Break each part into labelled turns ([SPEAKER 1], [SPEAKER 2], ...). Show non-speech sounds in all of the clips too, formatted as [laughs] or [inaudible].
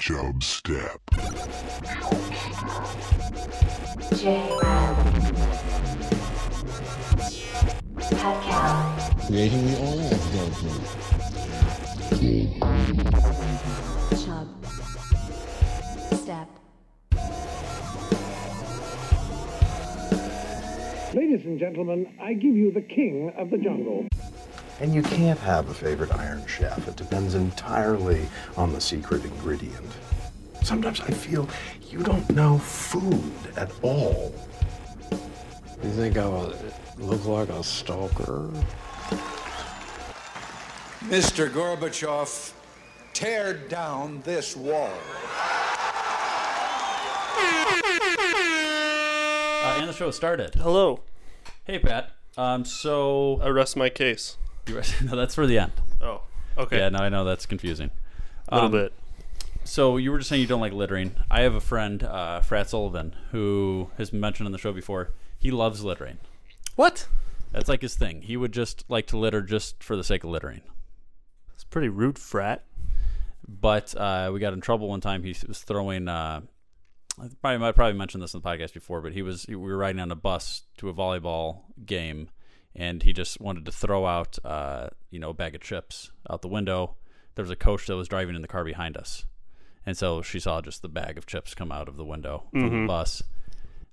[SPEAKER 1] Job Step.
[SPEAKER 2] Creating the oil of
[SPEAKER 3] Chub. Step.
[SPEAKER 4] Ladies and gentlemen, I give you the king of the jungle.
[SPEAKER 5] And you can't have a favorite iron chef. It depends entirely on the secret ingredient. Sometimes I feel you don't know food at all.
[SPEAKER 6] You think I will look like a stalker?
[SPEAKER 7] Mr. Gorbachev, tear down this wall.
[SPEAKER 8] Uh, and the show started.
[SPEAKER 9] Hello.
[SPEAKER 8] Hey, Pat. Um, so [laughs]
[SPEAKER 9] I rest my case.
[SPEAKER 8] no, that's for the end.
[SPEAKER 9] Oh, okay.
[SPEAKER 8] Yeah, no, I know that's confusing.
[SPEAKER 9] a little bit.
[SPEAKER 8] So you were just saying you don't like littering. I have a friend, uh, Frat Sullivan, who has been mentioned on the show before. He loves littering.
[SPEAKER 9] What?
[SPEAKER 8] That's like his thing. He would just like to litter just for the sake of littering.
[SPEAKER 9] It's pretty rude, frat.
[SPEAKER 8] But uh, we got in trouble one time. He was throwing. Uh, I probably I probably mentioned this in the podcast before, but he was we were riding on a bus to a volleyball game, and he just wanted to throw out uh, you know a bag of chips out the window. There was a coach that was driving in the car behind us, and so she saw just the bag of chips come out of the window from the bus.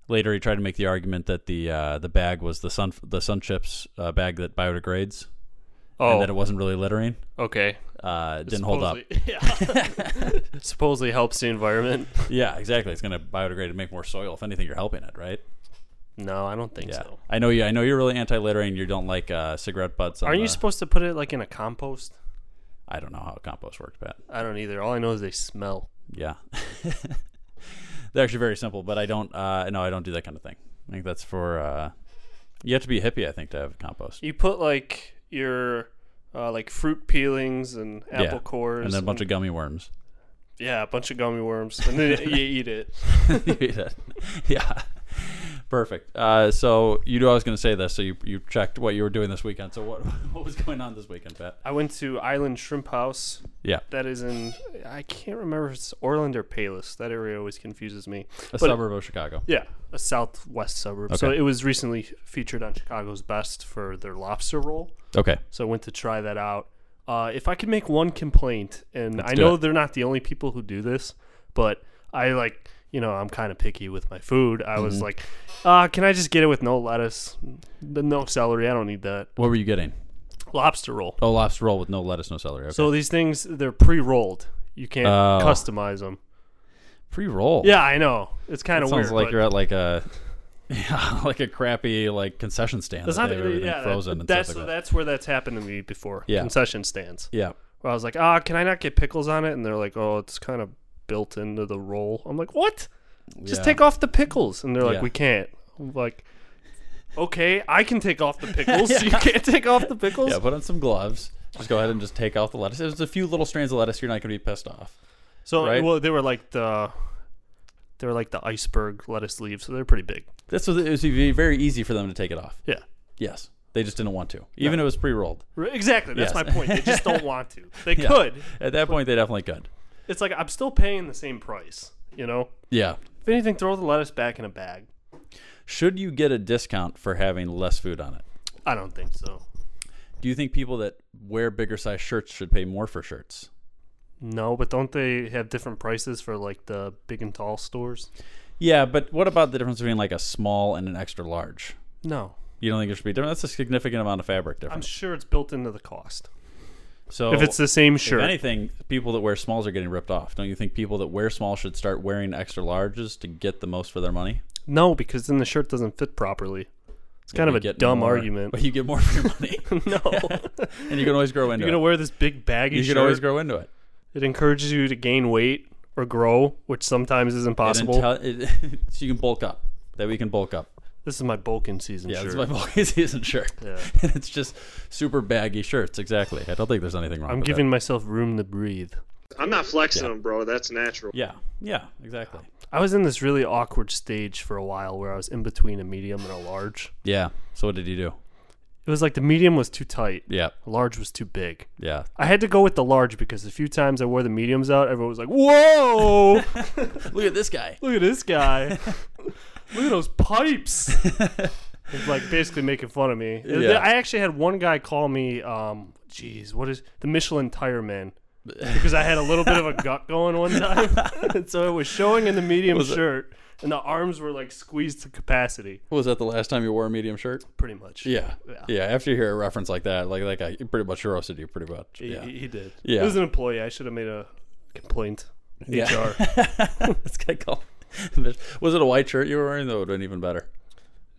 [SPEAKER 8] Later, he tried to make the argument that the uh, the bag was the sun the sun chips uh, bag that biodegrades,
[SPEAKER 9] Oh,
[SPEAKER 8] and that it wasn't really littering.
[SPEAKER 9] okay.
[SPEAKER 8] Uh, didn't hold up.
[SPEAKER 9] Supposedly- [laughs] Yeah. Supposedly helps the environment.
[SPEAKER 8] Yeah, exactly. It's going to biodegrade and make more soil. If anything, you're helping it, right?
[SPEAKER 9] No, I don't think
[SPEAKER 8] Yeah.
[SPEAKER 9] so.
[SPEAKER 8] I know you. I know you're really anti-littering. You don't like uh, cigarette butts. On
[SPEAKER 9] Aren't you
[SPEAKER 8] the-
[SPEAKER 9] supposed to put it like in a compost?
[SPEAKER 8] I don't know how compost works, Pat.
[SPEAKER 9] I don't either. All I know is they smell.
[SPEAKER 8] Yeah, [laughs] they're actually very simple. But I don't. Uh, no, I don't do that kind of thing. I think that's for. Uh, you have to be a hippie, I think, to have compost.
[SPEAKER 9] You put like your uh, like fruit peelings and apple
[SPEAKER 8] yeah.
[SPEAKER 9] cores
[SPEAKER 8] and then a bunch of gummy worms. [laughs]
[SPEAKER 9] yeah, a bunch of gummy worms, and then you eat it.
[SPEAKER 8] [laughs] yeah, perfect. Uh, so you knew I was going to say this. So you you checked what you were doing this weekend. So what [laughs] what was going on this weekend, Pat?
[SPEAKER 9] I went to Island Shrimp House.
[SPEAKER 8] Yeah,
[SPEAKER 9] That is in I can't remember if it's Orland or Palis. That area always confuses me.
[SPEAKER 8] a
[SPEAKER 9] But-
[SPEAKER 8] suburb of Chicago.
[SPEAKER 9] Yeah, a southwest suburb. So
[SPEAKER 8] Okay.
[SPEAKER 9] it was recently featured on Chicago's Best for their lobster roll.
[SPEAKER 8] Okay.
[SPEAKER 9] So I went to try that out. Uh, if I could make one complaint, and I
[SPEAKER 8] do
[SPEAKER 9] know
[SPEAKER 8] it.
[SPEAKER 9] they're not the only people who do this, but I like, you know, I'm kind of picky with my food. I
[SPEAKER 8] Mm-hmm.
[SPEAKER 9] was like, uh, can I just get it with no lettuce, n- no celery? I don't need that
[SPEAKER 8] What were you getting?
[SPEAKER 9] lobster roll.
[SPEAKER 8] Oh, lobster roll with no lettuce, no celery. Okay.
[SPEAKER 9] So these things they're pre-rolled. You can't
[SPEAKER 8] Oh.
[SPEAKER 9] customize them.
[SPEAKER 8] pre-roll.
[SPEAKER 9] Yeah, I know. It's kind of
[SPEAKER 8] sounds
[SPEAKER 9] weird.
[SPEAKER 8] like
[SPEAKER 9] but
[SPEAKER 8] you're at like a [laughs] yeah, like a crappy like concession stand.
[SPEAKER 9] that's
[SPEAKER 8] That
[SPEAKER 9] not
[SPEAKER 8] they have everything
[SPEAKER 9] yeah,
[SPEAKER 8] frozen
[SPEAKER 9] that-
[SPEAKER 8] and
[SPEAKER 9] that's
[SPEAKER 8] stuff like that.
[SPEAKER 9] that's where that's happened to me before.
[SPEAKER 8] Yeah.
[SPEAKER 9] Concession stands.
[SPEAKER 8] Yeah.
[SPEAKER 9] Where I was like, "Ah, can I not get pickles on it?" And they're like, "Oh, it's kind of built into the roll." I'm like, "What? Just
[SPEAKER 8] Yeah.
[SPEAKER 9] take off the pickles." And they're like,
[SPEAKER 8] Yeah.
[SPEAKER 9] "We can't." I'm like, "Okay, I can take off
[SPEAKER 8] [laughs]
[SPEAKER 9] the pickles. You can't take off the pickles."
[SPEAKER 8] Yeah, put on some gloves. Just go ahead and just take off the lettuce. There's a few little strands of lettuce. You're not going to be pissed off.
[SPEAKER 9] so,
[SPEAKER 8] right.
[SPEAKER 9] well, they were like the they were like the iceberg lettuce leaves, so they're pretty big.
[SPEAKER 8] This was it would be very easy for them to take it off.
[SPEAKER 9] Yeah.
[SPEAKER 8] Yes, they just didn't want to. Even if it was
[SPEAKER 9] [laughs]
[SPEAKER 8] pre-rolled.
[SPEAKER 9] Right, Exactly. That's
[SPEAKER 8] Yes.
[SPEAKER 9] my point. They
[SPEAKER 8] [laughs]
[SPEAKER 9] just don't want to. They
[SPEAKER 8] Yeah.
[SPEAKER 9] could.
[SPEAKER 8] At that point, they definitely could.
[SPEAKER 9] It's like I'm still paying the same price. You know.
[SPEAKER 8] Yeah.
[SPEAKER 9] If anything, throw the lettuce back in a bag.
[SPEAKER 8] Should you get a discount for having less food on it?
[SPEAKER 9] I don't think so.
[SPEAKER 8] Do you think people that wear bigger size shirts should pay more for shirts?
[SPEAKER 9] No, but don't they have different prices for like the big and tall stores?
[SPEAKER 8] Yeah, but what about the difference between like a small and an extra large?
[SPEAKER 9] No.
[SPEAKER 8] You don't think it should be different? That's a significant amount of fabric
[SPEAKER 9] I'm
[SPEAKER 8] difference.
[SPEAKER 9] sure it's built into the cost.
[SPEAKER 8] so
[SPEAKER 9] if it's the same
[SPEAKER 8] Oh. if
[SPEAKER 9] shirt.
[SPEAKER 8] anything, people that wear smalls are getting ripped off. Don't you think people that wear small should start wearing extra larges to get the most for their money?
[SPEAKER 9] no, because then the shirt doesn't fit properly. It's kind
[SPEAKER 8] You
[SPEAKER 9] of a
[SPEAKER 8] get
[SPEAKER 9] dumb
[SPEAKER 8] more-
[SPEAKER 9] argument.
[SPEAKER 8] but [laughs] you get more for your money,
[SPEAKER 9] [laughs] no.
[SPEAKER 8] [laughs] and you can always grow into
[SPEAKER 9] You're going to
[SPEAKER 8] it.
[SPEAKER 9] wear this big baggy
[SPEAKER 8] you
[SPEAKER 9] shirt.
[SPEAKER 8] can always grow into it.
[SPEAKER 9] It encourages you to gain weight or grow, which sometimes is
[SPEAKER 8] And
[SPEAKER 9] impossible.
[SPEAKER 8] until- it- [laughs] so you can bulk up. That we can bulk up.
[SPEAKER 9] this is my bulking season
[SPEAKER 8] Yeah,
[SPEAKER 9] shirt.
[SPEAKER 8] it's my [laughs] bulky season shirt.
[SPEAKER 9] Yeah.
[SPEAKER 8] [laughs] And it's just super baggy shirts. Exactly. I don't think there's anything wrong.
[SPEAKER 9] I'm
[SPEAKER 8] with that.
[SPEAKER 9] giving myself room to breathe.
[SPEAKER 10] I'm not flexing them, bro. That's natural.
[SPEAKER 8] Yeah. Yeah. Exactly.
[SPEAKER 9] I was in this really awkward stage for a while where I was in between a medium and a large.
[SPEAKER 8] Yeah. So what did you do?
[SPEAKER 9] it was like the medium was too tight.
[SPEAKER 8] Yeah.
[SPEAKER 9] The large was too big.
[SPEAKER 8] Yeah.
[SPEAKER 9] I had to go with the large because a few times I wore the mediums out, everyone was like, "Whoa,
[SPEAKER 8] Look at this guy.
[SPEAKER 9] look at
[SPEAKER 8] [laughs]
[SPEAKER 9] this guy! look at those pipes!" It's like basically making fun of me.
[SPEAKER 8] Yeah.
[SPEAKER 9] I actually had one guy call me, um, "Geez, what is the Michelin Tire Man?" Because I had a little bit of a gut going one
[SPEAKER 8] [laughs]
[SPEAKER 9] time, and so it was showing in the medium shirt, and the arms were like squeezed to capacity,
[SPEAKER 8] [laughs] Was that the last time you wore a medium shirt?
[SPEAKER 9] pretty much.
[SPEAKER 8] Yeah. Yeah. After you hear a reference like that, like that guy he pretty much roasted you pretty much.
[SPEAKER 9] He,
[SPEAKER 8] Yeah.
[SPEAKER 9] he did.
[SPEAKER 8] Yeah.
[SPEAKER 9] He was an employee. I should have made a complaint.
[SPEAKER 8] Yeah. [laughs] this guy called. Was it a white shirt you were wearing? That would have been even better.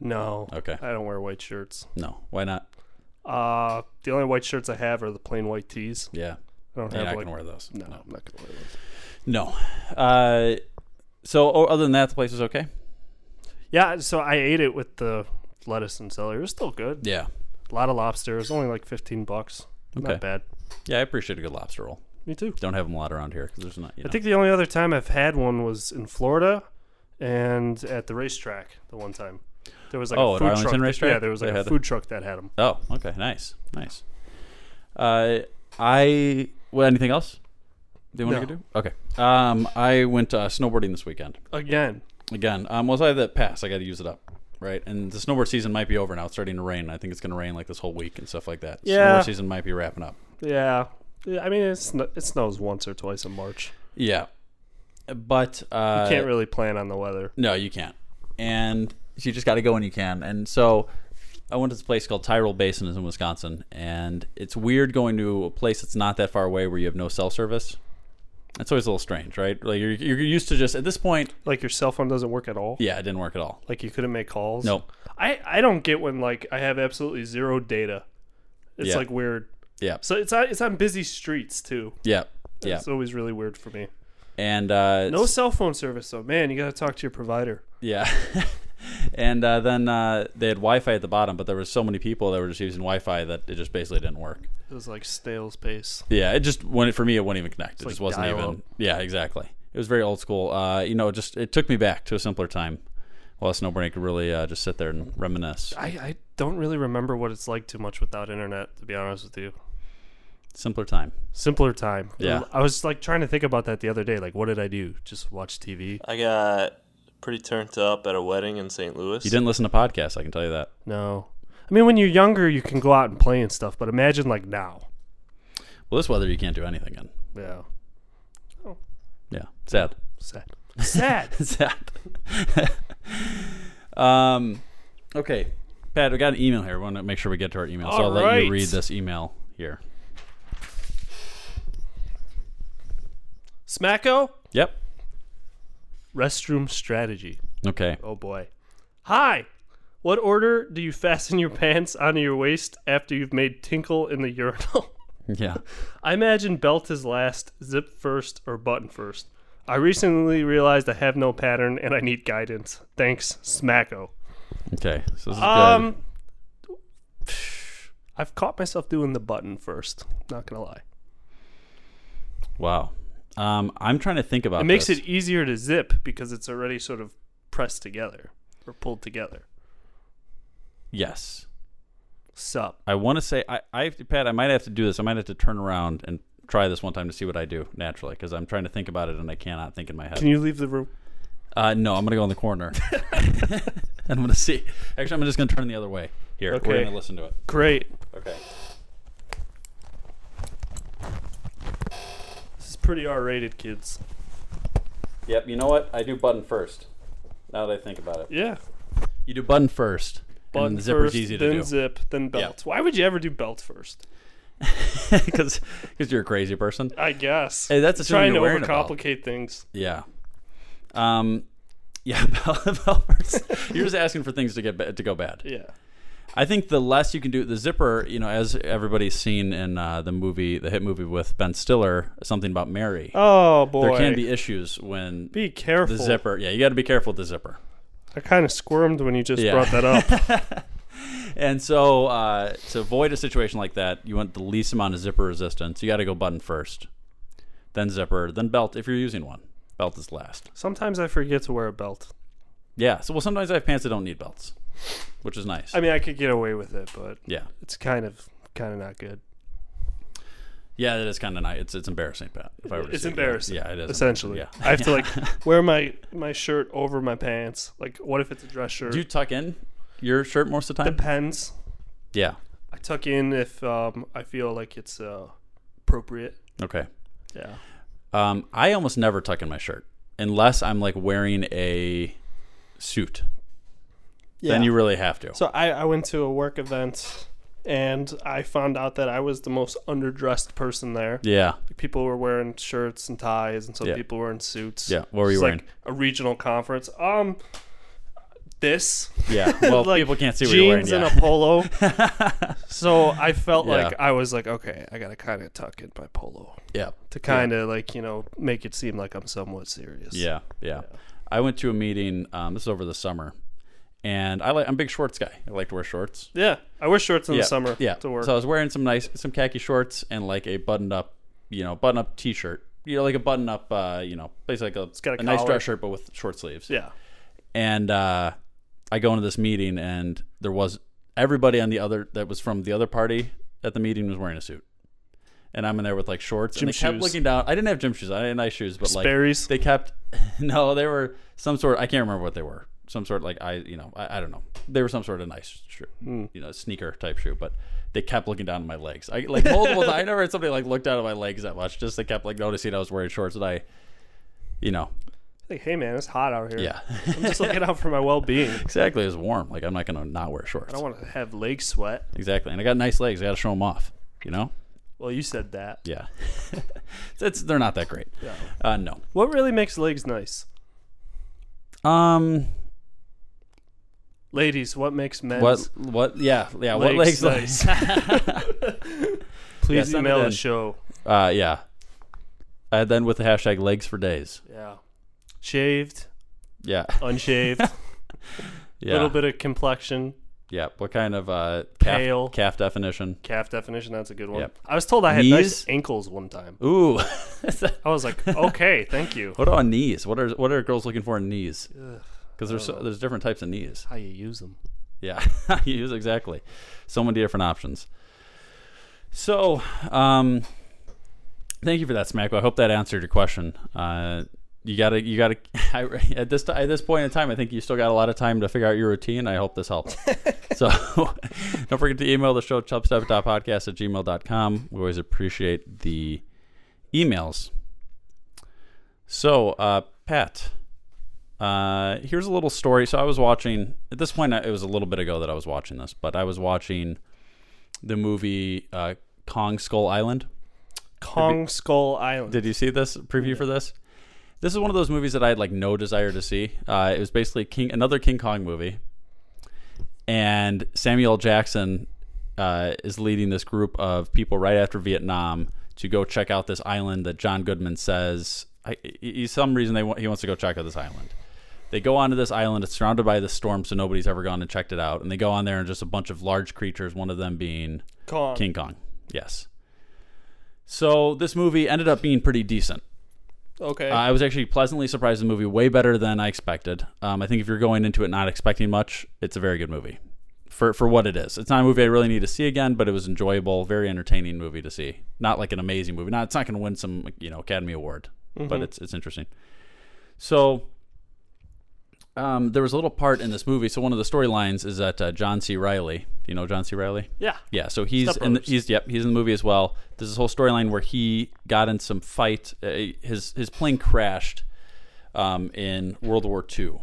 [SPEAKER 9] No.
[SPEAKER 8] Okay.
[SPEAKER 9] I don't wear white shirts.
[SPEAKER 8] No. Why not?
[SPEAKER 9] Uh, the only white shirts I have are the plain white tees.
[SPEAKER 8] Yeah.
[SPEAKER 9] I don't
[SPEAKER 8] You're
[SPEAKER 9] have
[SPEAKER 8] not
[SPEAKER 9] like.
[SPEAKER 8] gonna wear those.
[SPEAKER 9] no, I'm not gonna wear those.
[SPEAKER 8] No. Uh, so o other than that, the place was okay.
[SPEAKER 9] Yeah, so I ate it with the lettuce and celery. It was still good.
[SPEAKER 8] Yeah.
[SPEAKER 9] A lot of lobster. It was only like 15 bucks.
[SPEAKER 8] Okay.
[SPEAKER 9] Not bad.
[SPEAKER 8] Yeah, I appreciate a good lobster roll.
[SPEAKER 9] Me too.
[SPEAKER 8] Don't have them a lot around here because there's not. You know.
[SPEAKER 9] I think the only other time I've had one was in Florida and at the racetrack the one time. There was like
[SPEAKER 8] Oh,
[SPEAKER 9] a
[SPEAKER 8] at
[SPEAKER 9] food
[SPEAKER 8] Arlington
[SPEAKER 9] truck. that-
[SPEAKER 8] racetrack?
[SPEAKER 9] yeah, there was
[SPEAKER 8] They
[SPEAKER 9] like a
[SPEAKER 8] had-
[SPEAKER 9] food truck that had them.
[SPEAKER 8] Oh, okay, nice, nice. Uh, I well, anything else? Do you want
[SPEAKER 9] No.
[SPEAKER 8] to do? Okay. Um, I went uh, snowboarding this weekend
[SPEAKER 9] Again.
[SPEAKER 8] again. Um, once I have that pass, I got to use it up, right? And the snowboard season might be over now. It's starting to rain. I think it's going to rain like this whole week and stuff like that.
[SPEAKER 9] Yeah.
[SPEAKER 8] Snowboard season might be wrapping up.
[SPEAKER 9] Yeah. Yeah, I mean, it, sn- it snows once or twice in March.
[SPEAKER 8] Yeah, but uh,
[SPEAKER 9] Can't really plan on the weather.
[SPEAKER 8] No, you can't. And you just got to go when you can. And so I went to this place called Tyrol Basin is in Wisconsin, and it's weird going to a place that's not that far away where you have no cell service. That's always a little strange, right? Like you're, you're used to just at this point.
[SPEAKER 9] Like your cell phone doesn't work at all.
[SPEAKER 8] Yeah, it didn't work at all.
[SPEAKER 9] Like you couldn't make calls.
[SPEAKER 8] No.
[SPEAKER 9] I I don't get when like I have absolutely zero data. It's
[SPEAKER 8] Yeah.
[SPEAKER 9] like weird.
[SPEAKER 8] Yeah,
[SPEAKER 9] So it's on, it's on busy streets too.
[SPEAKER 8] yeah, yeah.
[SPEAKER 9] It's always really weird for me.
[SPEAKER 8] And uh,
[SPEAKER 9] No cell phone service though. Man, you got to talk to your provider.
[SPEAKER 8] Yeah. [laughs] and uh, then uh, they had Wi-Fi at the bottom, but there were so many people that were just using Wi-Fi that it just basically didn't work.
[SPEAKER 9] It was like stale space.
[SPEAKER 8] Yeah, it just when it for me it wouldn't even connect. it
[SPEAKER 9] like
[SPEAKER 8] just wasn't even.
[SPEAKER 9] dial-up.
[SPEAKER 8] Yeah, exactly. It was very old school. Uh, you know, it just it took me back to a simpler time. While snowboarding could really uh, just sit there and reminisce.
[SPEAKER 9] I, I don't really remember what it's like too much without internet to be honest with you.
[SPEAKER 8] Simpler time.
[SPEAKER 9] Simpler time.
[SPEAKER 8] Yeah.
[SPEAKER 9] I was like trying to think about that the other day like what did I do? Just watch TV?
[SPEAKER 1] I got pretty turned up at a wedding in St. Louis.
[SPEAKER 8] You didn't listen to podcasts, I can tell you that.
[SPEAKER 9] No. I mean when you're younger you can go out and play and stuff, but imagine like now.
[SPEAKER 8] Well, this weather you can't do anything in.
[SPEAKER 9] Yeah.
[SPEAKER 8] Yeah, sad, [laughs]
[SPEAKER 9] Sad. Sad.
[SPEAKER 8] sad. [laughs] um, okay, Pat, we got an email here. We want to make sure we get to our email, so I'll
[SPEAKER 9] All
[SPEAKER 8] let you
[SPEAKER 9] right.
[SPEAKER 8] read this email here.
[SPEAKER 9] Smacko?
[SPEAKER 8] Yep.
[SPEAKER 9] Restroom strategy.
[SPEAKER 8] Okay. [laughs]
[SPEAKER 9] Oh boy. Hi! What order do you fasten your pants onto your waist after you've made tinkle in the urinal? [laughs]
[SPEAKER 8] Yeah.
[SPEAKER 9] I imagine belt is last, zip first, or button first. I recently realized I have no pattern and I need guidance. Thanks, Smacko.
[SPEAKER 8] Okay. So this is good.
[SPEAKER 9] Um, [sighs] I've caught myself doing the button first. Not gonna lie,
[SPEAKER 8] Wow. Um, I'm trying to think about.
[SPEAKER 9] it makes
[SPEAKER 8] this.
[SPEAKER 9] it easier to zip because it's already sort of pressed together or pulled together.
[SPEAKER 8] Yes.
[SPEAKER 9] Sup?
[SPEAKER 8] I want to say I, I have to, Pat. I might have to do this. I might have to turn around and try this one time to see what I do naturally because I'm trying to think about it and I cannot think in my head.
[SPEAKER 9] Can you leave the room?
[SPEAKER 8] uh, no, I'm gonna go in the
[SPEAKER 9] [laughs]
[SPEAKER 8] corner. [laughs] and I'm gonna see. Actually, I'm just gonna turn the other way. Here, we're
[SPEAKER 9] Okay.
[SPEAKER 8] gonna listen to it.
[SPEAKER 9] Great.
[SPEAKER 8] Okay.
[SPEAKER 9] This is pretty R-rated, kids.
[SPEAKER 8] Yep. You know what? I do button first. Now that I think about it,
[SPEAKER 9] Yeah.
[SPEAKER 8] you do button first.
[SPEAKER 9] Button
[SPEAKER 8] and the zipper's
[SPEAKER 9] first,
[SPEAKER 8] easy to
[SPEAKER 9] then
[SPEAKER 8] do [laughs]
[SPEAKER 9] zip, then belt. Why would you ever do belt first?
[SPEAKER 8] because you're a crazy person.
[SPEAKER 9] I guess.
[SPEAKER 8] Hey, that's assuming
[SPEAKER 9] trying to
[SPEAKER 8] you're wearing a belt.
[SPEAKER 9] overcomplicate things.
[SPEAKER 8] Yeah. Um. [laughs] Yeah, Belvers. You're just asking for things to get ba- to go bad.
[SPEAKER 9] Yeah.
[SPEAKER 8] I think the less you can do the zipper, you know, as everybody's seen in uh, the movie, the hit movie with Ben Stiller, something about Mary.
[SPEAKER 9] Oh boy.
[SPEAKER 8] there can be issues when
[SPEAKER 9] Be careful.
[SPEAKER 8] the zipper. Yeah, you got to be careful with the zipper.
[SPEAKER 9] I kind of squirmed when you just
[SPEAKER 8] Yeah.
[SPEAKER 9] brought that up.
[SPEAKER 8] [laughs] And so, uh, to avoid a situation like that, you want the least amount of zipper resistance. You got to go button first, then zipper, then belt if you're using one. Belt is last.
[SPEAKER 9] Sometimes I forget to wear a belt.
[SPEAKER 8] Yeah. So, well, sometimes I have pants that don't need belts. which is nice.
[SPEAKER 9] I mean, I could get away with it, but
[SPEAKER 8] Yeah.
[SPEAKER 9] it's kind of kind of not good.
[SPEAKER 8] Yeah, it is kind of nice. It's it's embarrassing, Pat. If I were to
[SPEAKER 9] It's
[SPEAKER 8] say it.
[SPEAKER 9] embarrassing.
[SPEAKER 8] Yeah, it is.
[SPEAKER 9] Essentially,
[SPEAKER 8] embarrassing. Yeah.
[SPEAKER 9] I have to
[SPEAKER 8] [laughs]
[SPEAKER 9] like wear my my shirt over my pants. Like, what if it's a dress shirt?
[SPEAKER 8] Do you tuck in your shirt most of the time?
[SPEAKER 9] Depends.
[SPEAKER 8] Yeah.
[SPEAKER 9] I tuck in if um, I feel like it's uh, appropriate.
[SPEAKER 8] Okay.
[SPEAKER 9] Yeah.
[SPEAKER 8] Um, I almost never tuck in my shirt unless I'm like wearing a suit.
[SPEAKER 9] Yeah.
[SPEAKER 8] Then you really have to.
[SPEAKER 9] So I, I went to a work event and I found out that I was the most underdressed person there.
[SPEAKER 8] yeah.
[SPEAKER 9] People were wearing shirts and ties and some
[SPEAKER 8] Yeah.
[SPEAKER 9] people were in suits.
[SPEAKER 8] Yeah. What were you
[SPEAKER 9] It's
[SPEAKER 8] wearing?
[SPEAKER 9] Like a regional conference. Um this
[SPEAKER 8] yeah.
[SPEAKER 9] [laughs]
[SPEAKER 8] Well,
[SPEAKER 9] like
[SPEAKER 8] people can't see what
[SPEAKER 9] jeans
[SPEAKER 8] you're wearing. Yeah.
[SPEAKER 9] and
[SPEAKER 8] [laughs]
[SPEAKER 9] a polo. so I felt like I was like, okay, I gotta kind of tuck in my polo
[SPEAKER 8] yeah.
[SPEAKER 9] to kind of like you know make it seem like I'm somewhat serious.
[SPEAKER 8] Yeah, yeah. I went to a meeting. Um, this is over the summer, and I like I'm a big shorts guy. I like to wear shorts.
[SPEAKER 9] yeah. I wear shorts in
[SPEAKER 8] yeah,
[SPEAKER 9] the summer.
[SPEAKER 8] Yeah.
[SPEAKER 9] to work.
[SPEAKER 8] So I was wearing some nice some khaki shorts and like a button up, you know, button up T-shirt. You know, like a button up, uh, you know, basically like a,
[SPEAKER 9] got a
[SPEAKER 8] nice
[SPEAKER 9] collar.
[SPEAKER 8] dress shirt but with short sleeves.
[SPEAKER 9] yeah,
[SPEAKER 8] And uh, I go into this meeting, and there was everybody on the other that was from the other party at the meeting was wearing a suit. And I'm in there with like shorts,
[SPEAKER 9] Gym
[SPEAKER 8] and they kept
[SPEAKER 9] shoes.
[SPEAKER 8] looking down. I didn't have gym shoes. I had nice shoes, but like
[SPEAKER 9] Sperry's?
[SPEAKER 8] they kept. [laughs] No, they were some sort. I can't remember what they were. Some sort like I, you know, I, I don't know. They were some sort of nice, shoe,
[SPEAKER 9] Hmm.
[SPEAKER 8] you know, sneaker type shoe, but they kept looking down at my legs. I like multiple. [laughs] times. I never had somebody like look down at my legs that much. Just they kept like noticing I was wearing shorts, and I, you know,
[SPEAKER 9] like hey man, it's hot out here.
[SPEAKER 8] yeah,
[SPEAKER 9] I'm just looking out for my
[SPEAKER 8] [laughs]
[SPEAKER 9] well-being. I
[SPEAKER 8] exactly. It was warm. Like I'm not gonna not wear shorts.
[SPEAKER 9] don't want to have leg sweat.
[SPEAKER 8] Exactly. And I got nice legs. I got to show them off, you know?
[SPEAKER 9] Well, you said that.
[SPEAKER 8] Yeah.
[SPEAKER 9] [laughs]
[SPEAKER 8] That's they're not that great. No. Uh, no.
[SPEAKER 9] What really makes legs nice,
[SPEAKER 8] Um
[SPEAKER 9] ladies? What makes men?
[SPEAKER 8] what what yeah, yeah, what legs
[SPEAKER 9] Legs
[SPEAKER 8] nice.
[SPEAKER 9] [laughs] Please
[SPEAKER 8] Yeah,
[SPEAKER 9] email
[SPEAKER 8] send it
[SPEAKER 9] the
[SPEAKER 8] in.
[SPEAKER 9] show.
[SPEAKER 8] [laughs] uh yeah. Uh, then with the hashtag legs for days.
[SPEAKER 9] Yeah, shaved,
[SPEAKER 8] Yeah. [laughs]
[SPEAKER 9] unshaved,
[SPEAKER 8] Yeah.
[SPEAKER 9] little bit of complexion.
[SPEAKER 8] Yeah. What kind of uh calf,
[SPEAKER 9] Pale.
[SPEAKER 8] calf definition?
[SPEAKER 9] Calf definition, that's a good one.
[SPEAKER 8] Yep.
[SPEAKER 9] I was told I had
[SPEAKER 8] Knees?
[SPEAKER 9] nice ankles one time.
[SPEAKER 8] Ooh. [laughs]
[SPEAKER 9] I was like, okay, thank you.
[SPEAKER 8] what about knees? What are what are girls looking for in knees? Because there's so, there's different types of knees.
[SPEAKER 9] How you use them?
[SPEAKER 8] Yeah, [laughs] you use exactly. So many different options. So, um, thank you for that, Smacko. I hope that answered your question. Uh, you gotta, you gotta. [laughs] I, at this ti- at this point in time, I think you still got a lot of time to figure out your routine. I hope this helped. so, [laughs] don't forget to email the show chubstep.podcast at gmail.com. We always appreciate the emails. So, uh, Pat, uh, here's a little story. So I was watching at this point. I- It was a little bit ago that I was watching this, but I was watching the movie uh, Kong Skull Island.
[SPEAKER 9] Kong Skull Island.
[SPEAKER 8] Did you see this preview for this? This is one of those movies that I had like no desire to see. Uh, it was basically King, another King Kong movie, and Samuel Jackson uh, is leading this group of people right after Vietnam to go check out this island that John Goodman says. I, he, he- some reason they want, he wants to go check out this island. They go onto this island. It's surrounded by the storm, so nobody's ever gone and checked it out. And they go on there, and just a bunch of large creatures. One of them being
[SPEAKER 9] Kong.
[SPEAKER 8] King Kong. Yes. So this movie ended up being pretty decent.
[SPEAKER 9] Okay.
[SPEAKER 8] Uh, I was actually pleasantly surprised. The movie way better than I expected. Um, I think if you're going into it not expecting much, it's a very good movie for for what it is. It's not a movie I really need to see again, but it was enjoyable, very entertaining movie to see. Not like an amazing movie. Not it's not going to win some you know Academy Award, but it's it's interesting. So. Um, there was a little part in this movie. So one of the storylines is that uh, John C. Riley. Do you know John C. Riley?
[SPEAKER 9] yeah.
[SPEAKER 8] Yeah, so he's in the,
[SPEAKER 9] Stepbrothers.
[SPEAKER 8] he's yep he's in the movie as well. There's this whole storyline where he got in some fight. Uh, his his plane crashed um, in World War II,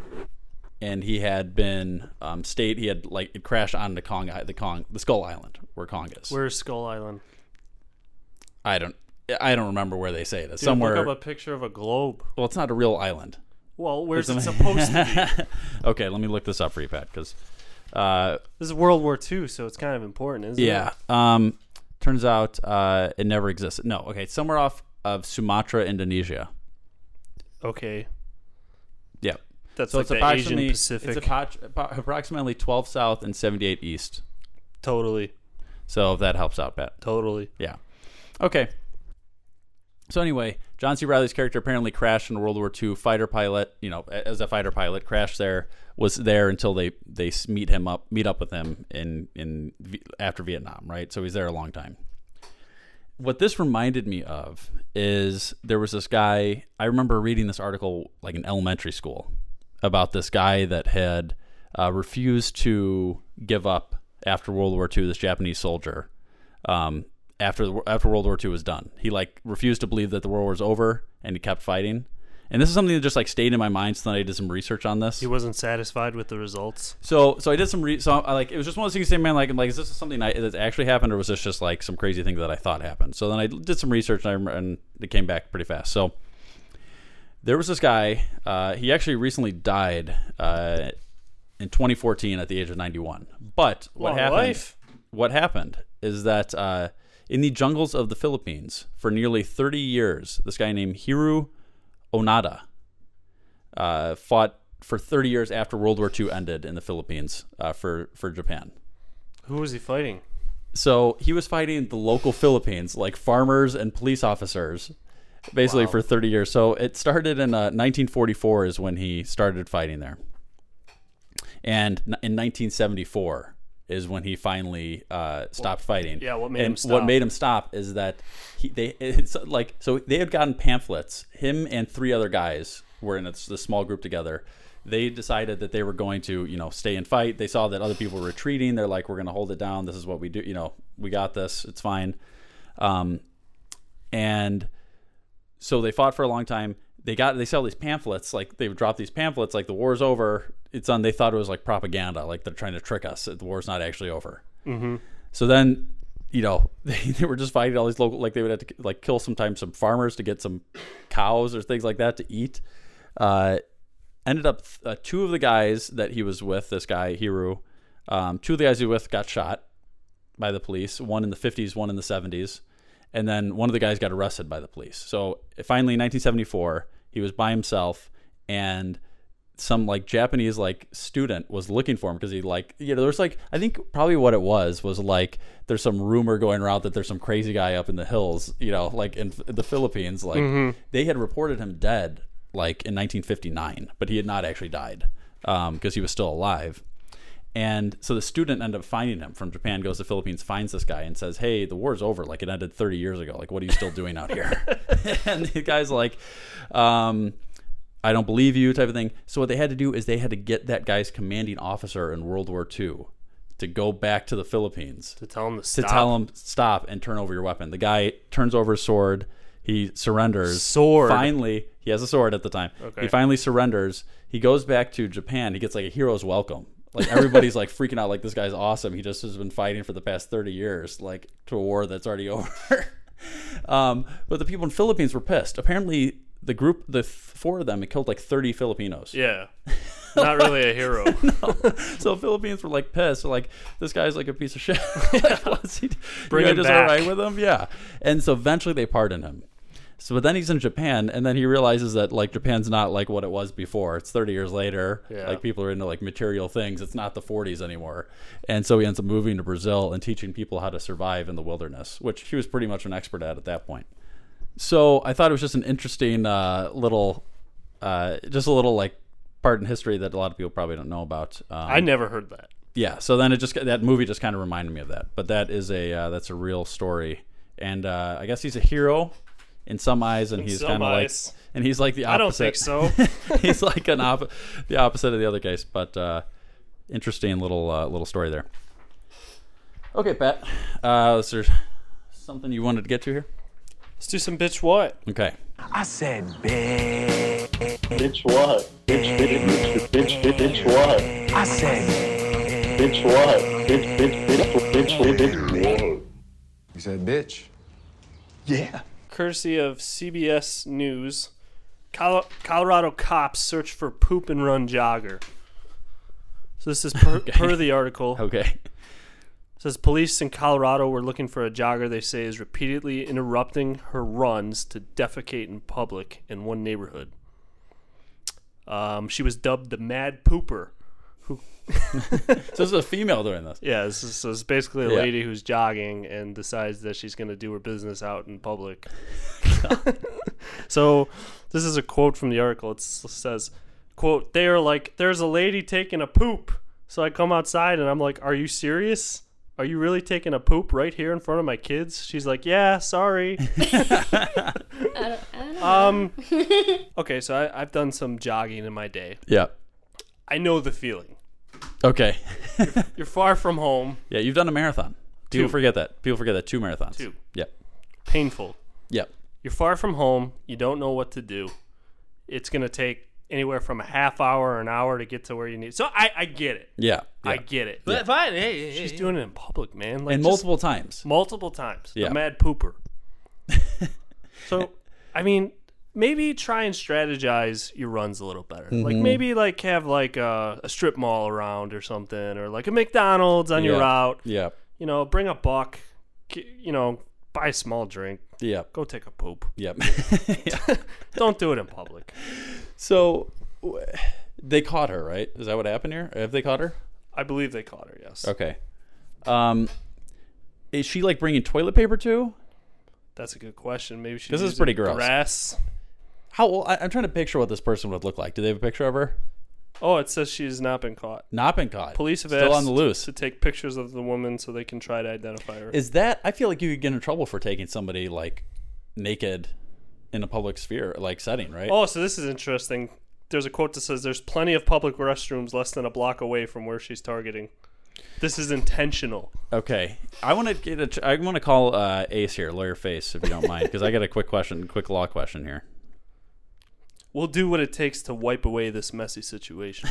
[SPEAKER 8] and he had been um, state he had like it crashed on the Kong I- the Kong the Skull Island where Kong is.
[SPEAKER 9] Where's Skull Island?
[SPEAKER 8] I don't I don't remember where they say it. It's
[SPEAKER 9] Dude,
[SPEAKER 8] somewhere.
[SPEAKER 9] Look up a picture of a globe.
[SPEAKER 8] well, it's not a real island.
[SPEAKER 9] Well, where's it supposed
[SPEAKER 8] [laughs]
[SPEAKER 9] to be?
[SPEAKER 8] Okay, let me look this up for you, Pat, because. Uh,
[SPEAKER 9] This is World War II, so it's kind of important, isn't
[SPEAKER 8] Yeah.
[SPEAKER 9] it?
[SPEAKER 8] Um, turns out uh, it never existed. No. Okay. Somewhere off of Sumatra, Indonesia.
[SPEAKER 9] Yeah. Okay.
[SPEAKER 8] Yeah.
[SPEAKER 9] That's
[SPEAKER 8] So
[SPEAKER 9] like
[SPEAKER 8] it's
[SPEAKER 9] the Asian
[SPEAKER 8] approximately
[SPEAKER 9] Pacific.
[SPEAKER 8] It's appro- appro- approximately 12 south and 78 east.
[SPEAKER 9] totally.
[SPEAKER 8] So if that helps out, Pat.
[SPEAKER 9] Totally.
[SPEAKER 8] Yeah. Okay. So anyway, John C. Riley's character apparently crashed in World War II fighter pilot. You know, a- as a fighter pilot, crashed there, was there until they they s- meet him up, meet up with him in in V- after Vietnam, right? So he's there a long time. What this reminded me of is there was this guy. I remember reading this article like in elementary school about this guy that had uh, refused to give up after World War II. This Japanese soldier um, after the, after World War II was done. He like refused to believe that the war was over, and he kept fighting. And this is something that just like stayed in my mind. So then I did some research on this.
[SPEAKER 9] He wasn't satisfied with the results.
[SPEAKER 8] So so I did some re- so I like it was just one of those things. Same man, like I'm like is this something I, that actually happened, or was this just like some crazy thing that I thought happened? So then I did some research and I rem- and it came back pretty fast. So there was this guy. Uh, he actually recently died uh, in 2014 at the age of 91. But what
[SPEAKER 9] Long
[SPEAKER 8] happened?
[SPEAKER 9] life.
[SPEAKER 8] What happened is that uh, in the jungles of the Philippines for nearly 30 years, this guy named Hiru Onada uh, fought for 30 years after World War II ended in the Philippines uh, for for Japan.
[SPEAKER 9] Who was he fighting?
[SPEAKER 8] So he was fighting the local Philippines, like farmers and police officers, basically for 30 years. So it started in uh, 1944 is when he started fighting there, and n- in 1974 is when he finally uh, stopped fighting.
[SPEAKER 9] yeah, what made
[SPEAKER 8] And
[SPEAKER 9] him stop?
[SPEAKER 8] What made him stop is that he they it's like so they had gotten pamphlets. Him and three other guys were in this, this small group together. They decided that they were going to, you know, stay and fight. They saw that other people were retreating. They're like, "We're going to hold it down. This is what we do. You know, we got this. It's fine." Um, and so they fought for a long time. They got they sell these pamphlets like they would drop these pamphlets like the war's over. It's on. They thought it was like propaganda, like they're trying to trick us. that The war's not actually over. Mm-hmm. So then, you know, [laughs] they, they were just fighting all these local like they would have to like kill sometimes some farmers to get some cows or things like that to eat. Uh, ended up uh, two of the guys that he was with, this guy Hiru, um, two of the guys he was with got shot by the police. One in the 50s, one in the 70s and then one of the guys got arrested by the police. So finally, in 1974, he was by himself, and some like Japanese like student was looking for him because he like you know there's like I think probably what it was was like there's some rumor going around that there's some crazy guy up in the hills you know like in the Philippines like they had reported him dead like in 1959 but he had not actually died because he was still alive and so the student ended up finding him from Japan, goes to the Philippines, finds this guy, and says, Hey, the war's over. Like, it ended 30 years ago. Like, what are you still doing out here? [laughs] and the guy's like, um, I don't believe you, type of thing. So, what they had to do is they had to get that guy's commanding officer in World War II to go back to the Philippines
[SPEAKER 9] To tell him to
[SPEAKER 8] to
[SPEAKER 9] stop.
[SPEAKER 8] tell him, Stop and turn over your weapon. The guy turns over his sword. He surrenders.
[SPEAKER 9] Sword.
[SPEAKER 8] Finally, he has a sword at the time. He finally surrenders. He goes back to Japan. He gets like a hero's welcome. Like everybody's like [laughs] freaking out. Like this guy's awesome. He just has been fighting for the past thirty years, like to a war that's already [laughs] over. um, but the people in Philippines were pissed. Apparently, the group, the th- four of them, it killed like thirty Filipinos.
[SPEAKER 9] Yeah. Not really a
[SPEAKER 8] [laughs]
[SPEAKER 9] hero.
[SPEAKER 8] So Philippines were like pissed. They're like, this guy's like a piece of
[SPEAKER 9] [laughs]
[SPEAKER 8] shit. [laughs] like, what's he?
[SPEAKER 9] Bring
[SPEAKER 8] you
[SPEAKER 9] him
[SPEAKER 8] guys
[SPEAKER 9] back.
[SPEAKER 8] all right with him? Yeah. And so eventually they pardon him. So but then he's in Japan, and then he realizes that like Japan's not like what it was before. It's 30 years later.
[SPEAKER 9] Yeah.
[SPEAKER 8] Like people are into like material things. It's not the 40s anymore. And so he ends up moving to Brazil and teaching people how to survive in the wilderness, which he was pretty much an expert at at that point. So I thought it was just an interesting uh, little, uh, just a little like part in history that a lot of people probably don't know about. Um,
[SPEAKER 9] I never heard that.
[SPEAKER 8] yeah so then it just that movie just kind of reminded me of that but that is a uh, that's a real story and uh, i guess he's a hero in some eyes and he's
[SPEAKER 9] some
[SPEAKER 8] kind of like
[SPEAKER 9] eyes.
[SPEAKER 8] and he's like the opposite
[SPEAKER 9] I don't think
[SPEAKER 8] [laughs]
[SPEAKER 9] so.
[SPEAKER 8] he's like an op- the opposite of the other case but uh, interesting little uh, little story there okay pat uh, is there something you wanted to get to here
[SPEAKER 9] Let's do some bitch what?
[SPEAKER 8] okay
[SPEAKER 1] Bitch what? Bitch bitch bitch bitch bitch bitch what? I said. Bitch what? Bitch bitch bitch bitch bitch what?
[SPEAKER 7] You said bitch.
[SPEAKER 9] Courtesy of CBS News. Colo- Colorado cops search for poop and run jogger. So this is per, per the article.
[SPEAKER 8] okay [laughs]
[SPEAKER 9] says police in Colorado were looking for a jogger they say is repeatedly interrupting her runs to defecate in public in one neighborhood. Um, she was dubbed the Mad Pooper who
[SPEAKER 8] So this is a female doing this.
[SPEAKER 9] Yeah, this is, so it's basically a
[SPEAKER 8] Yeah.
[SPEAKER 9] lady who's jogging and decides that she's going to do her business out in public. so this is a quote from the article. It's, it says, "Quote: They are like, there's a lady taking a poop. So I come outside and I'm like, Are you serious? Are you really taking a poop right here in front of my kids? She's like, Yeah, sorry. um, okay, so I, I've done some jogging in my day.
[SPEAKER 8] Yeah.
[SPEAKER 9] I know the feeling.
[SPEAKER 8] Okay.
[SPEAKER 9] You're far from home.
[SPEAKER 8] Yeah, you've done a marathon. People
[SPEAKER 9] Two.
[SPEAKER 8] forget that. People forget that two marathons.
[SPEAKER 9] Two.
[SPEAKER 8] Yep.
[SPEAKER 9] Painful.
[SPEAKER 8] Yep.
[SPEAKER 9] You're far from home. You don't know what to do. It's going to take anywhere from a half hour or an hour to get to where you need. So I, I get it.
[SPEAKER 8] Yeah. yeah.
[SPEAKER 9] I get it.
[SPEAKER 11] But if I, hey, hey,
[SPEAKER 9] She's
[SPEAKER 11] hey.
[SPEAKER 9] doing it in public, man. Like
[SPEAKER 8] and
[SPEAKER 9] just
[SPEAKER 8] multiple times.
[SPEAKER 9] multiple times.
[SPEAKER 8] Yeah.
[SPEAKER 9] The
[SPEAKER 8] [laughs]
[SPEAKER 9] mad pooper. so, I mean, maybe try and strategize your runs a little better.
[SPEAKER 8] Mm-hmm.
[SPEAKER 9] Like maybe like have like a, a strip mall around or something, or like a McDonald's on your
[SPEAKER 8] Yeah.
[SPEAKER 9] route.
[SPEAKER 8] Yeah.
[SPEAKER 9] You know, bring a buck. G- You know, buy a small drink.
[SPEAKER 8] Yeah.
[SPEAKER 9] Go take a poop.
[SPEAKER 8] Yep. [laughs]
[SPEAKER 9] Don't do it in public.
[SPEAKER 8] so w- they caught her, right? Is that what happened here? Have they caught her?
[SPEAKER 9] I believe they caught her. Yes,
[SPEAKER 8] Okay. Um, is she like bringing toilet paper too?
[SPEAKER 9] that's a good question. Maybe she.
[SPEAKER 8] This is
[SPEAKER 9] used
[SPEAKER 8] pretty gross.
[SPEAKER 9] Grass.
[SPEAKER 8] How old? I, I'm trying to picture what this person would look like. Do they have a picture of her?
[SPEAKER 9] Oh, it says she's not been caught.
[SPEAKER 8] Not been caught.
[SPEAKER 9] Police have
[SPEAKER 8] still
[SPEAKER 9] asked
[SPEAKER 8] on the loose.
[SPEAKER 9] to take pictures of the woman so they can try to identify her.
[SPEAKER 8] Is that? I feel like you could get in trouble for taking somebody like naked in a public sphere, like setting, right?
[SPEAKER 9] Oh, so this is interesting. There's a quote that says, "There's plenty of public restrooms less than a block away from where she's targeting." This is intentional.
[SPEAKER 8] Okay, I want to get a. I want to call uh, Ace here, lawyer Face, if you don't mind, because I got a quick question, quick law question here.
[SPEAKER 9] We'll do what it takes to wipe away this messy situation.